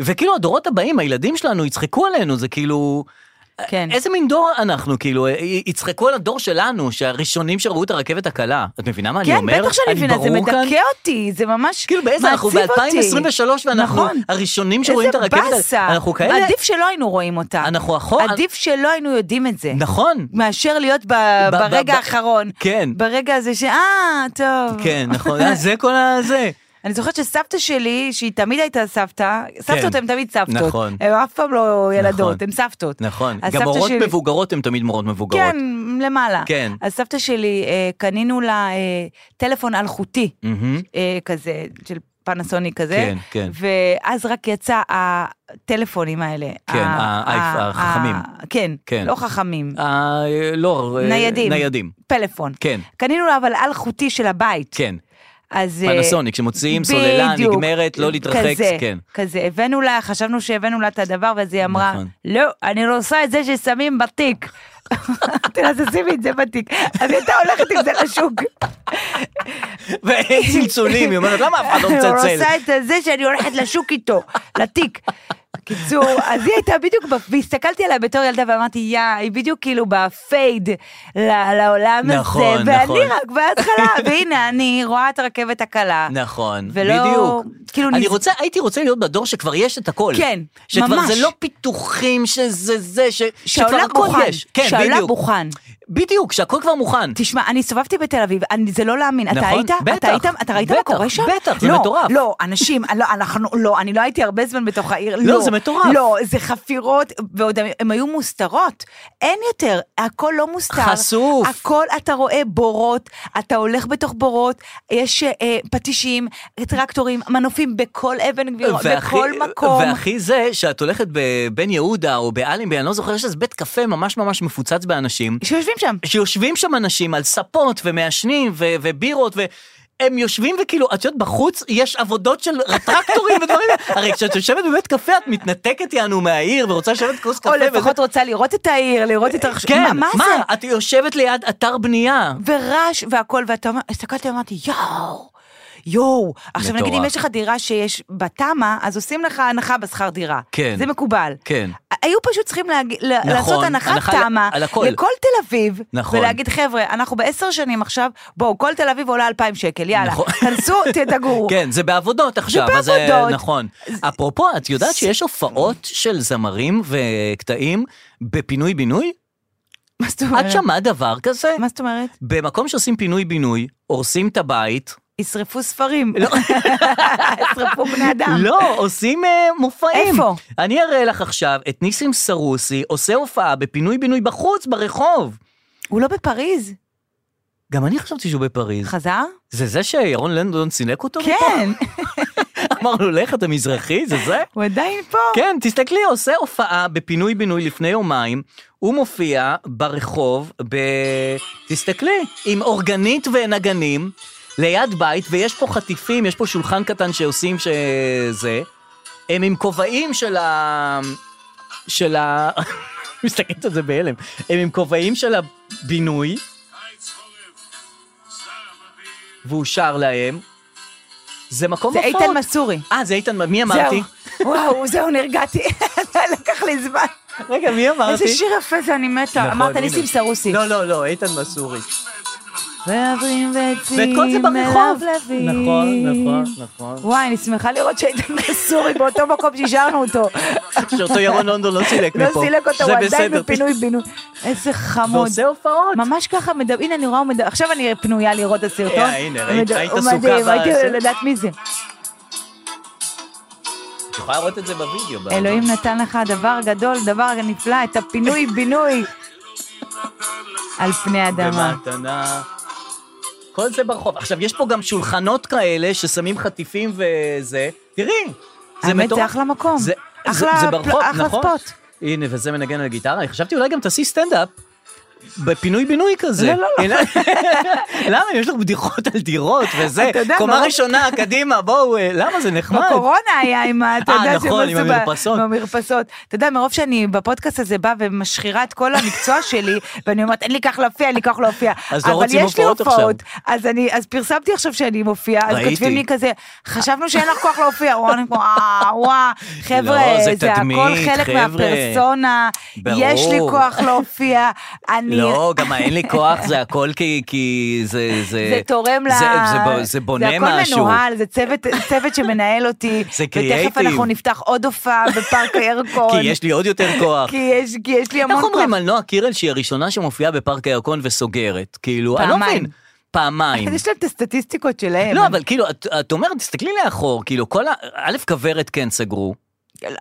B: וכאילו הדורות הבאים, הילדים שלנו יצחקו עלינו, זה כאילו...
C: כן.
B: איזה מין דור אנחנו, כאילו, י- יצחקו על הדור שלנו, שהראשונים שראו את הרכבת הקלה. את מבינה מה אני
C: כן,
B: אומר?
C: בטח שאני
B: אני
C: מבינה, זה
B: ברור
C: מדכא
B: כאן?
C: אותי, זה ממש
B: כאילו באיזה, אנחנו
C: מעציב אותי.
B: ב-2023 ואנחנו
C: נכון.
B: הראשונים שרואים את הרכבת,
C: איזה באסה.
B: אנחנו כאלה,
C: עדיף שלא היינו רואים אותה.
B: אנחנו אחורה.
C: עדיף שלא היינו יודעים את זה.
B: נכון.
C: מאשר להיות ב-
B: ב-
C: ברגע
B: ב-
C: האחרון.
B: כן.
C: ברגע הזה ש... אה, טוב.
B: כן, נכון, אה, זה כל הזה.
C: אני זוכרת שסבתא שלי, שהיא תמיד הייתה סבתא, סבתות
B: כן.
C: הן תמיד סבתות.
B: נכון.
C: הן אף פעם לא ילדות,
B: נכון.
C: הן סבתות.
B: נכון,
C: אז
B: גם
C: סבתא
B: מורות
C: שלי-
B: מבוגרות הן תמיד מורות מבוגרות.
C: כן, למעלה.
B: כן.
C: אז סבתא שלי, אה, קנינו לה אה, טלפון אלחוטי,
B: מהמם.
C: אה, כזה, של פנסוני כזה.
B: כן, כן.
C: ואז רק יצא הטלפונים האלה.
B: כן,
C: ה-
B: האייפ-
C: ה-
B: החכמים.
C: ה- כן,
B: כן.
C: לא חכמים.
B: אה, לא, אה,
C: ניידים.
B: ניידים.
C: פלאפון.
B: כן.
C: קנינו לה אבל אלחוטי של הבית.
B: כן.
C: אז... אה,
B: פנסוניק, כשמוציאים סוללה
C: בדיוק.
B: נגמרת, לא להתרחק,
C: כזה,
B: כן.
C: כזה, הבאנו לה, חשבנו שהבאנו לה את הדבר, ואז היא אמרה,
B: נכון.
C: לא, אני לא עושה את זה ששמים בתיק. אמרתי לה, אז שימי את זה בתיק. אז היא הייתה הולכת עם זה לשוק.
B: ואין צלצולים, היא אומרת, למה אף אחד לא
C: אני
B: מצלצל?
C: עושה את זה שאני הולכת לשוק איתו, לתיק. קיצור, אז היא הייתה בדיוק, ב- והסתכלתי עליה בתור ילדה ואמרתי, יא, היא בדיוק כאילו בפייד ל- לעולם הזה.
B: נכון, נכון.
C: ואני רק בהתחלה, והנה, אני רואה את הרכבת הקלה.
B: נכון,
C: ולא-
B: בדיוק.
C: כאילו
B: אני
C: נז-
B: רוצה, הייתי רוצה להיות בדור שכבר יש את הכל.
C: כן,
B: שכבר
C: ממש.
B: זה לא פיתוחים שזה זה, ש... שכבר
C: שהעולם
B: הכל
C: מוכן,
B: יש. כן,
C: שהעולם
B: בדיוק.
C: מוכן.
B: בדיוק, שהכל כבר מוכן.
C: תשמע, אני הסתובבתי בתל אביב, אני, זה לא להאמין. אתה
B: נכון,
C: היית?
B: בטח,
C: אתה היית? אתה ראית מה
B: בטח,
C: קורה שם?
B: בטח, זה
C: לא,
B: מטורף.
C: לא, אנשים, לא, אנחנו, לא, אני לא הייתי הרבה זמן בתוך העיר.
B: לא, זה מטורף.
C: לא, זה חפירות, ועוד הם- הם היו מוסתרות. אין יותר, הכל לא מוסתר.
B: חשוף.
C: הכל אתה רואה בורות, אתה הולך בתוך בורות, יש אה, פטישים, טרקטורים, מנופים בכל אבן גבירות,
B: והכי-
C: לא, בכל מקום.
B: והכי זה שאת הולכת בבן יהודה או באלנבי, אני לא זוכר, יש איזה בית קפה ממש ממש מפוצץ באנשים.
C: שיושבים שם.
B: שיושבים שם אנשים על ספות ומעשנים ו- ובירות ו... הם יושבים וכאילו, את יודעת, בחוץ יש עבודות של טרקטורים ודברים, הרי כשאת יושבת בבית קפה את מתנתקת יענו מהעיר ורוצה לשבת כוס קפה.
C: או
B: וזה-
C: לפחות רוצה לראות את העיר, לראות את הרחש...
B: כן,
C: מה, מה זה?
B: מה, את יושבת ליד אתר בנייה.
C: ורעש והכל, ואתה אומר, הסתכלתי, אמרתי, יואו, יואו. עכשיו
B: מטורף.
C: נגיד אם יש לך דירה שיש בתמ"א, אז עושים לך הנחה בשכר דירה.
B: כן.
C: זה מקובל.
B: כן.
C: היו פשוט צריכים להג... נכון,
B: נכון,
C: לעשות הנחת
B: הנחה
C: תמ"א
B: על הכל.
C: לכל תל אביב,
B: נכון.
C: ולהגיד חבר'ה, אנחנו בעשר שנים עכשיו, בואו, כל תל אביב עולה 2,000 שקל, יאללה,
B: נכון.
C: כנסו, תדאגו.
B: כן, זה בעבודות עכשיו, אז זה
C: בעבודות.
B: נכון. אפרופו, את יודעת שיש הופעות של זמרים וקטעים בפינוי-בינוי?
C: מה זאת אומרת?
B: את שמעת דבר כזה?
C: כן. מה זאת אומרת?
B: במקום שעושים פינוי-בינוי, הורסים את הבית.
C: ישרפו ספרים. ישרפו בני אדם.
B: לא, עושים אה, מופעים.
C: איפה?
B: אני אראה לך עכשיו את ניסים סרוסי עושה הופעה בפינוי-בינוי בחוץ, ברחוב.
C: הוא לא בפריז.
B: גם אני חשבתי שהוא בפריז.
C: חזר?
B: זה זה שירון לנדון סינק אותו?
C: כן.
B: אמר לו, לך, אתה מזרחי, זה זה?
C: הוא עדיין פה.
B: כן, תסתכלי, עושה הופעה בפינוי-בינוי לפני יומיים, הוא מופיע ברחוב, ב... תסתכלי, עם אורגנית ונגנים, ליד בית, ויש פה חטיפים, יש פה שולחן קטן שעושים שזה, הם עם כובעים של ה... של ה... מסתכלת על זה בהלם, הם עם כובעים של הבינוי, והוא שר להם. זה מקום
C: זה
B: מופעות.
C: איתן מסורי.
B: אה, זה איתן, מי אמרתי?
C: זהו, וואו, זהו, נרגעתי. לקח לי זמן.
B: רגע, מי אמרתי?
C: איזה שיר יפה זה, אני מתה.
B: נכון,
C: אמרת
B: הנה.
C: ניסים סרוסי.
B: לא, לא, לא, איתן מסורי.
C: ועברים ועצים
B: ואת כל זה ברחוב.
C: מלבלבים.
B: נכון, נכון, נכון.
C: וואי, אני שמחה לראות שאיתן מסורי באותו מקום שהשארנו אותו.
B: שאותו ירון לונדון לא סילק
C: לא
B: מפה.
C: סילק אותו,
B: זה
C: הוא עדיין
B: בסדר.
C: בפינוי בינוי. איזה חמוד.
B: ועושה הופעות.
C: ממש ככה, מדבר, הנה אני רואה, הוא מדבר, עכשיו אני פנויה לראות את הסרטון.
B: אה, הנה, ראית-
C: הוא
B: היית
C: מדהים,
B: עסוקה
C: הייתי
B: בזה.
C: לדעת מי זה.
B: את יכולה לראות את זה בווידאו. ב-
C: אלוהים נתן לך דבר גדול, דבר נפלא, את הפינוי-בינוי על פני אדמה.
B: במתנה. כל זה ברחוב. עכשיו, יש פה גם שולחנות כאלה ששמים חטיפים וזה. תראי, זה
C: האמת,
B: מטורף.
C: זה אחלה מקום.
B: זה- זה-
C: אחלה
B: זה
C: פל-
B: ברחוב,
C: אחלה
B: נכון?
C: ספוט.
B: הנה, וזה מנגן על גיטרה. חשבתי אולי גם תעשי סטנדאפ. בפינוי-בינוי כזה.
C: לא, לא,
B: לא. למה? יש לך בדיחות על דירות וזה.
C: אתה יודע, לא
B: קומה
C: ברור.
B: ראשונה, קדימה, בואו, אה, למה זה נחמד?
C: בקורונה היה עם ה... אתה
B: אה,
C: יודע
B: נכון, עם
C: שהם עשו ב-
B: המרפסות.
C: עם המרפסות. אתה יודע, מרוב שאני בפודקאסט הזה באה ומשחירה את כל המקצוע שלי, ואני אומרת, אין לי כך להופיע, אין לי כך להופיע.
B: אז לא
C: אבל
B: רוצים
C: יש לי
B: הופעות עכשיו.
C: הופעות, אז אני, אז פרסמתי עכשיו שאני מופיעה, אז
B: ראיתי.
C: כותבים לי כזה, חשבנו שאין לך כוח להופיע, וואו, אני כמו, "אה, וואו, חבר'ה,
B: לא, זה
C: זה הכל
B: תדמית,
C: חלק
B: חבר'ה.
C: מהפרסונה,
B: ברור.
C: יש לי כוח להופיע, אני...
B: לא, גם האין לי כוח זה הכל כי, כי זה, זה,
C: זה תורם ל...
B: אה, זה, זה, ב- זה בונה
C: זה
B: משהו.
C: הכל מנוהל, זה צוות, צוות שמנהל אותי.
B: זה
C: ותכף
B: קריאייטיב.
C: אנחנו נפתח עוד הופעה בפארק הירקון.
B: כי יש לי עוד יותר כוח.
C: כי יש, כי יש לי המון
B: איך
C: כוח.
B: אומרים על נועה קירל שהיא הראשונה שמופיעה בפארק הירקון וסוגרת? כאילו, אני לא
C: פעמיים.
B: מבין. פעמיים.
C: יש להם את הסטטיסטיקות שלהם.
B: לא, אבל כאילו, את, את אומרת, תסתכלי לאחור, כאילו, כל ה... א', כוורת כן סגרו.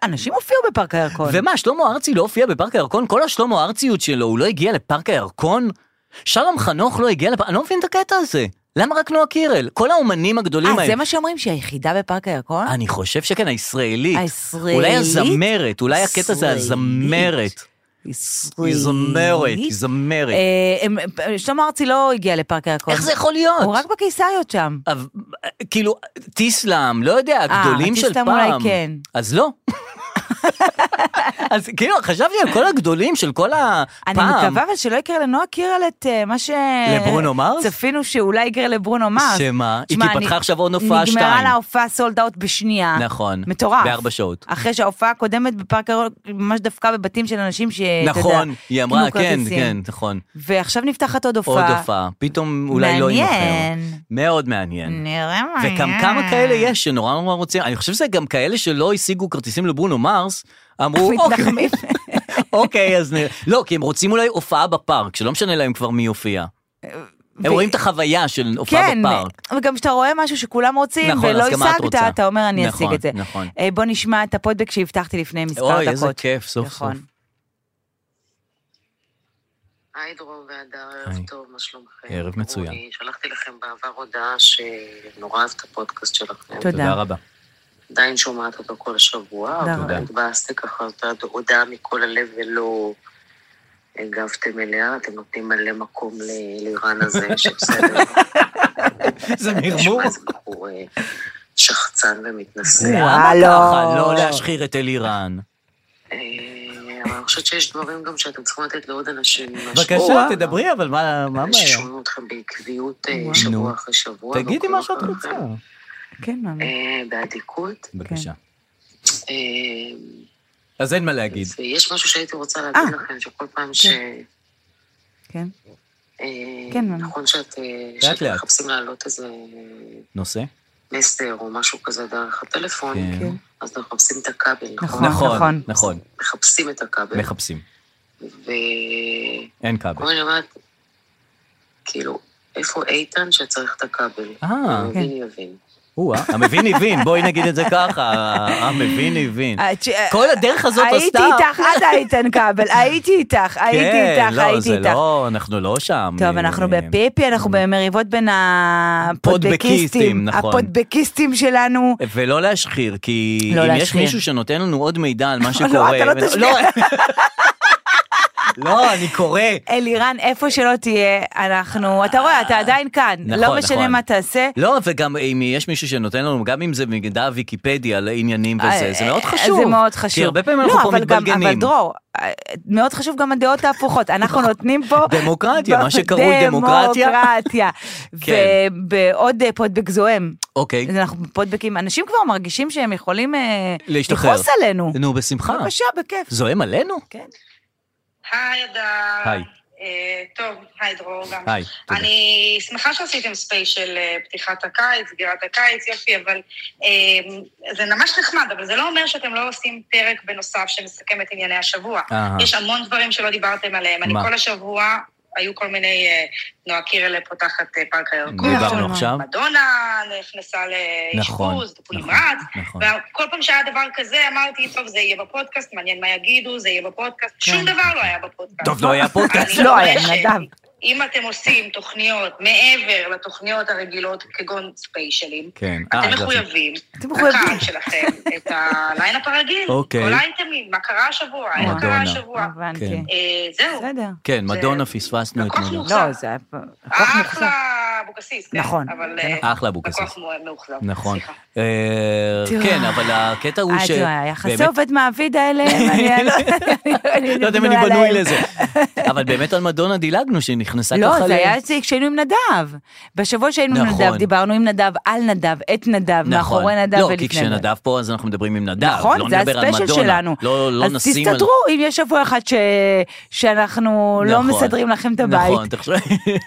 C: אנשים הופיעו בפארק הירקון.
B: ומה, שלמה ארצי לא הופיע בפארק הירקון? כל השלמה ארציות שלו, הוא לא הגיע לפארק הירקון? שלום חנוך לא הגיע לפארק... אני לא מבין את הקטע הזה. למה רק נועה קירל? כל האומנים הגדולים
C: אה,
B: האלה.
C: זה מה שאומרים, שהיא היחידה בפארק הירקון?
B: אני חושב שכן, הישראלית.
C: הישראלית?
B: אולי הזמרת, אולי הקטע הזה
C: ישראלית.
B: הזמרת. היא זמרת, היא זמרת.
C: אה, הם- שלמה ארצי לא הגיע לפארק הירקון.
B: איך זה יכול להיות?
C: הוא רק בקיסריות שם.
B: אבל, כאילו, טיסלאם, לא יודע, הגדולים של פעם.
C: טיסלאם אה, אולי כן.
B: אז לא. אז כאילו, חשבתי על כל הגדולים של כל הפעם.
C: אני מקווה אבל שלא יקרה לנועה קירל את אה, מה ש...
B: לברונו מרס?
C: צפינו שאולי יקרה לברונו מרס.
B: שמה? היא
C: תשמע,
B: כי
C: אני-
B: פתחה עכשיו עוד הופעה
C: נגמרה
B: שתיים.
C: לה ההופעה סולד אאוט בשנייה.
B: נכון.
C: מטורף.
B: בארבע שעות.
C: אחרי שההופעה הקודמת בפארק הירוק ממש דפקה בבתים של אנשים ש... אתה
B: נכון,
C: יודע,
B: היא אמרה,
C: קנו
B: כן,
C: כרטיסים.
B: כן, נכון.
C: ועכשיו נפתחת עוד
B: עוד
C: הופעה.
B: הופעה, פתאום אולי לא יימכר.
C: מעניין.
B: מאוד מעניין.
C: נראה מה
B: וגם
C: יהיה.
B: כמה כאלה יש שנורא נורא רוצים, אני חושב שזה גם כאלה שלא השיגו כרטיסים לברונו מרס, שטראוס, אמרו, אוקיי,
C: מתנחמים.
B: אוקיי, אז נראה. לא, כי הם רוצים אולי הופעה בפארק, שלא משנה להם כבר מי יופיע. הם רואים את החוויה של הופעה
C: כן,
B: בפארק.
C: וגם כשאתה רואה משהו שכולם רוצים,
B: נכון,
C: ולא
B: אז גם את
C: השגת,
B: רוצה.
C: אתה אומר אני
B: נכון,
C: אשיג את זה.
B: נכון.
C: אה, בוא נשמע את הפודבק שהבטחתי לפני מספר דקות.
B: אוי, איזה כיף, סוף סוף.
C: נכון.
L: היי דרור והדר, ערב טוב, מה שלומכם?
B: ערב מצוין.
L: אני שלחתי לכם בעבר הודעה שנורא אוהבת את הפודקאסט שלכם.
B: תודה רבה.
L: עדיין שומעת אותו כל השבוע,
B: תודה.
L: אבל התבאסתי ככה יותר הודעה מכל הלב ולא לא הגבתם אליה, אתם נותנים מלא מקום ללירן הזה, שבסדר.
B: זה מרמור.
L: איזה בחור אה, שחצן ומתנשא.
B: למה ככה? לא להשחיר את אלירן.
L: אה, אבל אני חושבת שיש דברים גם שאתם צריכים לתת לעוד אנשים.
B: בבקשה, תדברי, אבל מה מה הבעיה?
L: ששומעים אתכם בעקביות אה,
B: וואו.
L: שבוע
B: נו.
L: אחרי שבוע.
B: תגידי מה שאת
L: ועוקבים
B: רוצה.
L: אחריכם,
C: כן, מאמי.
L: אה, באדיקות.
B: בבקשה.
L: אה,
B: כן. אז אין מה להגיד.
L: ויש משהו שהייתי רוצה
B: אה.
L: להגיד לכם, שכל פעם ש...
C: כן.
L: אה,
B: כן, מאמי.
L: נכון שאת, אה,
B: לאט
L: שאתם
B: לאט.
L: מחפשים להעלות איזה
B: נושא?
L: מסר או משהו כזה דרך הטלפון,
B: כן. כן.
L: אז אתם מחפשים את הכבל, נכון?
B: נכון, נכון.
L: מחפשים את הכבל.
B: מחפשים.
L: ו...
B: אין כבל.
L: כמו אני אומרת, כאילו, איפה איתן שצריך את הכבל?
B: אה,
L: מבין יבין.
B: או-אה, המבין הבין, בואי נגיד את זה ככה, המבין הבין.
C: אה, תש-
B: כן. כל הדרך הזאת
C: הייתי
B: עשתה...
C: איתך עד איתן כבל, הייתי איתך, הייתי
B: כן,
C: איתך,
B: לא,
C: הייתי
B: זה
C: איתך.
B: לא, אנחנו לא שם.
C: טוב, אנחנו
B: אה,
C: בפיפי, אנחנו במריבות בין הפודבקיסטים.
B: פודבקיסטים, נכון.
C: הפודבקיסטים שלנו.
B: ולא להשחיר, כי
C: לא
B: אם יש
C: להשחיר.
B: מישהו שנותן לנו עוד מידע על מה
C: לא,
B: שקורה...
C: אתה לא תשמיע.
B: לא, אני קורא.
C: אלירן, איפה שלא תהיה, אנחנו, אתה רואה, אתה עדיין כאן.
B: נכון,
C: לא משנה
B: נכון.
C: מה תעשה.
B: לא, וגם אם יש מישהו שנותן לנו, גם אם זה מידע ויקיפדיה על עניינים וזה, זה מאוד
C: אה,
B: חשוב.
C: זה מאוד חשוב.
B: כי הרבה פעמים
C: לא,
B: אנחנו פה
C: אבל גם-
B: מתבלגנים.
C: אבל דרור, אה, מאוד חשוב גם הדעות ההפוכות. אנחנו נותנים פה...
B: דמוקרטיה, מה שקרוי דמוקרטיה.
C: דמוקרטיה.
B: כן.
C: ובעוד אה, פודבק זועם.
B: אוקיי.
C: אז אנחנו בפודבקים, אנשים כבר מרגישים שהם יכולים אה,
B: להשתחרר. אה,
C: לכעוס עלינו.
B: נו, בשמחה.
C: בבקשה, בכיף.
B: זועם עלינו?
C: כן.
M: היי, אדר.
B: היי.
M: אה, טוב, היי דרור גם.
B: היי, תודה.
M: אני שמחה שעשיתם ספייס של אה, פתיחת הקיץ, סגירת הקיץ, יופי, אבל אה, זה ממש נחמד, אבל זה לא אומר שאתם לא עושים פרק בנוסף שמסכם את ענייני השבוע.
N: אהה.
M: יש המון דברים שלא דיברתם עליהם. אני
N: מה?
M: כל השבוע... היו כל מיני, אה, נועה קירלה פותחת אה, פארק הירקון,
B: דיברנו עכשיו. נכון,
M: מדונה נכנסה אה, לאשפוז, טיפול נמרץ, וכל אה, פעם שהיה דבר כזה אמרתי, טוב, זה יהיה בפודקאסט, מעניין מה יגידו, זה יהיה בפודקאסט, שום דבר לא היה בפודקאסט.
B: טוב, לא היה פודקאסט.
M: אני
B: כן. לא היה,
M: דורשת,
B: נדב.
M: אם אתם עושים תוכניות מעבר לתוכניות הרגילות כגון ספיישלים,
B: כן. אה,
M: אתם
B: זה-
M: מחויבים לקהל
B: מחויבים.
M: שלכם את הליינאפ הרגיל,
B: אוקיי.
M: כל האייטמים, מה קרה השבוע, איך קרה
B: מדונה.
M: השבוע.
B: הבנתי. אה, כן.
M: אה, זהו.
B: כן, מדונה פספסנו את מדונה.
C: לא, זה היה... פה-
B: אה,
M: אחלה אבוקסיס, כן,
B: נכון,
M: אבל
B: זה
M: אה,
B: נכון. אחלה אבוקסיס.
M: לקוח לא- מאו- מאוכזב.
B: נכון. אה,
C: תראו.
B: כן, אבל הקטע הוא
C: אה,
B: ש...
C: תראה, היחסי
B: באמת-
C: עובד מעביד האלה, אני לא- אני
B: לא יודע אם אני
C: בנויה
B: בנוי
C: להם.
B: לזה. אבל באמת על מדונה דילגנו, שהיא נכנסה ככה...
C: לא,
B: ל-
C: זה היה אצלי כשהיינו עם נדב. בשבוע שהיינו עם
B: נכון.
C: נדב, דיברנו עם נדב, על נדב, את נדב, מאחורי נדב
B: לא, כי
C: ולפני נדב.
B: כשנדב פה אז אנחנו מדברים עם נדב.
C: נכון,
B: לא
C: זה
B: נדבר על
C: הספיישל
B: מדונה.
C: שלנו.
B: לא, לא
C: אז
B: נשים על...
C: תסתדרו אם יש שבוע אחד ש... שאנחנו לא
B: נכון,
C: מסדרים לכם את הבית.
B: נכון, תחשוב...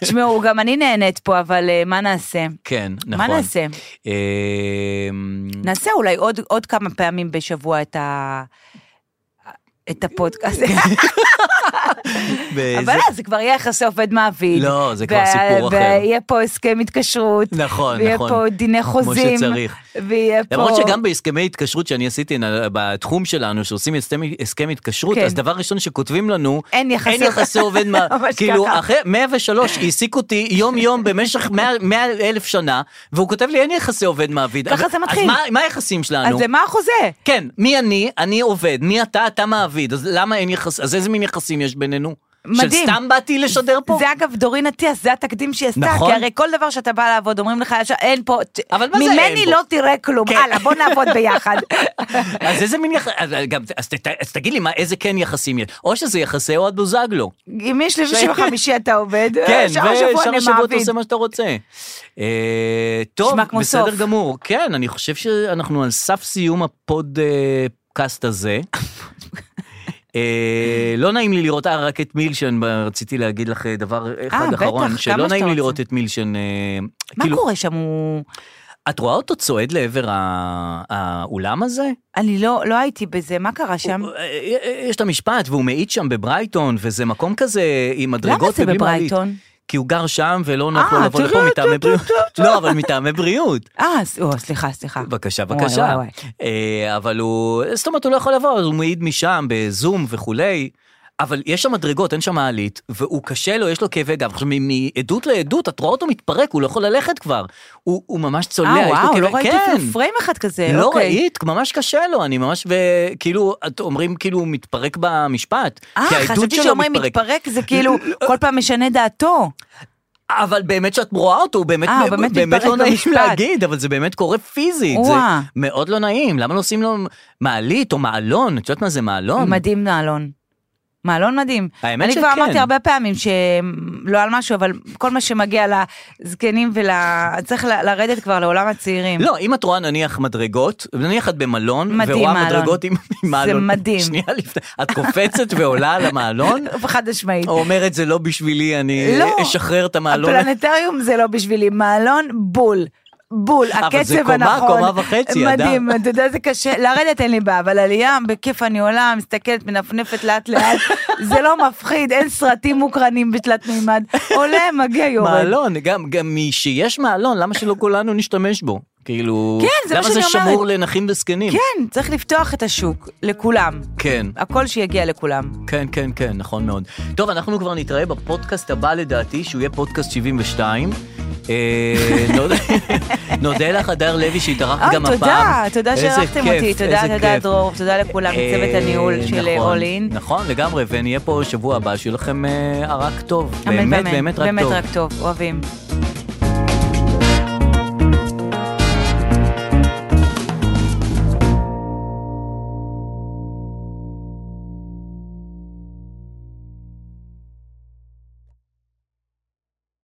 C: תשמעו, גם אני נהנית פה, אבל אה, מה נעשה?
B: כן, נכון.
C: מה נעשה?
B: אמ,
C: נעשה אולי עוד, עוד כמה פעמים בשבוע את, ה... את הפודקאסט.
B: אה, באיזה-
C: אבל אז זה כבר יהיה יחסי עובד מעביד.
B: לא, זה כבר
C: וה-
B: סיפור אחר.
C: ויהיה פה הסכם התקשרות.
B: נכון,
C: ויהיה
B: נכון.
C: פה דיני
B: כמו
C: חוזים.
B: שצריך.
C: ויהיה פה...
B: למרות שגם בהסכמי התקשרות שאני עשיתי נ- בתחום שלנו, שעושים הסכם, הסכם התקשרות,
C: כן.
B: אז דבר ראשון שכותבים לנו,
C: אין יחסי
B: אין יחסי עובד, מה,
C: ממש
B: כאילו
C: ככה.
B: אחרי 103 העסיק אותי יום יום במשך 100 100 אלף שנה, והוא כותב לי אין יחסי עובד מעביד.
C: ככה
B: אז-
C: זה מתחיל.
B: אז מה- מה היחסים שלנו?
C: אז למה החוזה?
B: כן, מי אני? אני עובד. מי אתה? אתה מעביד. אז למה אין יחס... אז איזה מין יחסים יש בינינו?
C: מדהים.
B: של סתם באתי לשדר פה?
C: זה אגב דורין אטיאס, זה התקדים שהיא עשתה,
B: נכון.
C: כי הרי כל דבר שאתה בא לעבוד אומרים לך ישר, אין פה, אבל
B: מה זה אין
C: ממני
B: פה?" כן.
C: לא תראה כלום, הלאה בוא נעבוד ביחד.
B: אז איזה מין יחס... אז, גם- אז, ת- אז תגיד לי, מה, איזה כן יחסים יש? או שזה יחסי אוהד בוזגלו.
C: אם יש שלישי וחמישי אתה עובד, אה,
B: כן,
C: שאר השבוע
B: ושאר
C: אני
B: השבוע אתה
C: מעביד.
B: עושה מה שאתה רוצה. אה, טוב,
C: נשמע כמו
B: בסדר
C: סוף.
B: גמור. כן, אני חושב שאנחנו על סף סיום הפודקאסט הזה. אה, לא נעים לי לראות אה, רק את מילשן, רציתי להגיד לך אה, דבר אחד
C: אה, בטח,
B: אחרון,
C: כמה
B: שלא
C: שאתה
B: נעים לי
C: רוצה.
B: לראות את מילשן, אה,
C: מה קורה שם, הוא...
B: את רואה אותו צועד לעבר ה- האולם הזה?
C: אני לא, לא הייתי בזה, מה קרה שם?
B: אה, יש את המשפט, והוא מעיד שם בברייטון, וזה מקום כזה עם מדרגות
C: למה זה
B: ובלי מעלית.
C: בברייטון?
B: כי הוא גר שם ולא נוח לו
C: אה,
B: לבוא לפה
C: תראה,
B: מטעמי
C: טו, טו,
B: בריאות.
C: טו, טו.
B: לא, אבל מטעמי בריאות.
C: אה, ס- או, סליחה, סליחה.
B: בבקשה,
C: וואי, וואי,
B: בבקשה.
C: וואי.
B: אה, אבל הוא, זאת אומרת, הוא לא יכול לבוא, אז הוא מעיד משם, בזום וכולי. אבל יש שם מדרגות, אין שם מעלית, והוא קשה לו, יש לו כאבי גב. עכשיו, מ- מעדות לעדות, את רואה אותו מתפרק, הוא לא יכול ללכת כבר. הוא, הוא ממש צולע,
C: אה,
B: יש לו
C: וואו, לא
B: כאבי-
C: ראיתי
B: כן.
C: אפילו פריים אחד כזה,
B: לא
C: אוקיי.
B: ראית, ממש קשה לו, אני ממש, וכאילו, את אומרים כאילו הוא מתפרק במשפט. כי
C: אה,
B: העדות
C: חשבתי
B: שלו
C: שאומרים מתפרק, זה כאילו כל פעם משנה דעתו.
B: אבל באמת שאת רואה אותו, הוא באמת,
C: אה,
B: מ-
C: באמת
B: באמת לא
C: מתפרק
B: נעים
C: במשפט.
B: להגיד, אבל זה באמת קורה פיזית, זה
C: וואה.
B: מאוד לא נעים, למה לא עושים לו מעלית או מעלון, את יודעת מה זה מעלון?
C: מדהים נעלון. מעלון מדהים.
B: האמת
C: אני
B: שכן.
C: כבר אמרתי הרבה פעמים שלא על משהו, אבל כל מה שמגיע לזקנים ול... צריך ל- לרדת כבר לעולם הצעירים.
B: לא, אם את רואה נניח מדרגות, נניח את במלון,
C: מדהים,
B: ורואה
C: מעלון.
B: מדרגות עם עם מעלון,
C: מדהים.
B: שנייה לפני, את קופצת ועולה על המעלון,
C: חד משמעית.
B: או אומרת זה לא בשבילי, אני
C: לא.
B: אשחרר את המעלון.
C: הפלנטריום זה לא בשבילי, מעלון בול. בול,
B: אבל זה
C: הקצב
B: קומה,
C: הנכון.
B: קומה וחצי, אדם.
C: מדהים, אתה יודע, זה קשה, לרדת אין לי בעיה, אבל עלייה, בכיף אני עולה, מסתכלת, מנפנפת לאט לאט, זה לא מפחיד, אין סרטים מוקרנים בתלת מימד, עולה, מגיע, יורד.
B: מעלון, גם, גם שיש מעלון, למה שלא כולנו נשתמש בו? כאילו,
C: כן, זה מה
B: למה זה
C: שאני אומרת.
B: שמור לנכים וזקנים?
C: כן, צריך לפתוח את השוק לכולם.
B: כן.
C: הכל שיגיע לכולם.
B: כן, כן, כן, נכון מאוד. טוב, אנחנו כבר נתראה בפודקאסט הבא לדעתי, שהוא יהיה פודקאסט 72. אה, נודה- נודה לך, הדר לוי, שהתארחת גם
C: אוי,
B: הפעם.
C: אה, תודה, תודה
B: איזה
C: שאירחתם
B: כיף,
C: אותי, תודה,
B: איזה
C: תודה
B: כיף.
C: דרור, תודה לכולם, לצוות
B: אה,
C: הניהול של
B: נכון,
C: All In.
B: נכון, לגמרי, ונהיה פה שבוע הבא, שיהיה לכם אה, רק טוב.
C: אמן
B: באמת,
C: ואמן.
B: באמת רק
C: באמת
B: טוב.
C: רק טוב, אוהבים.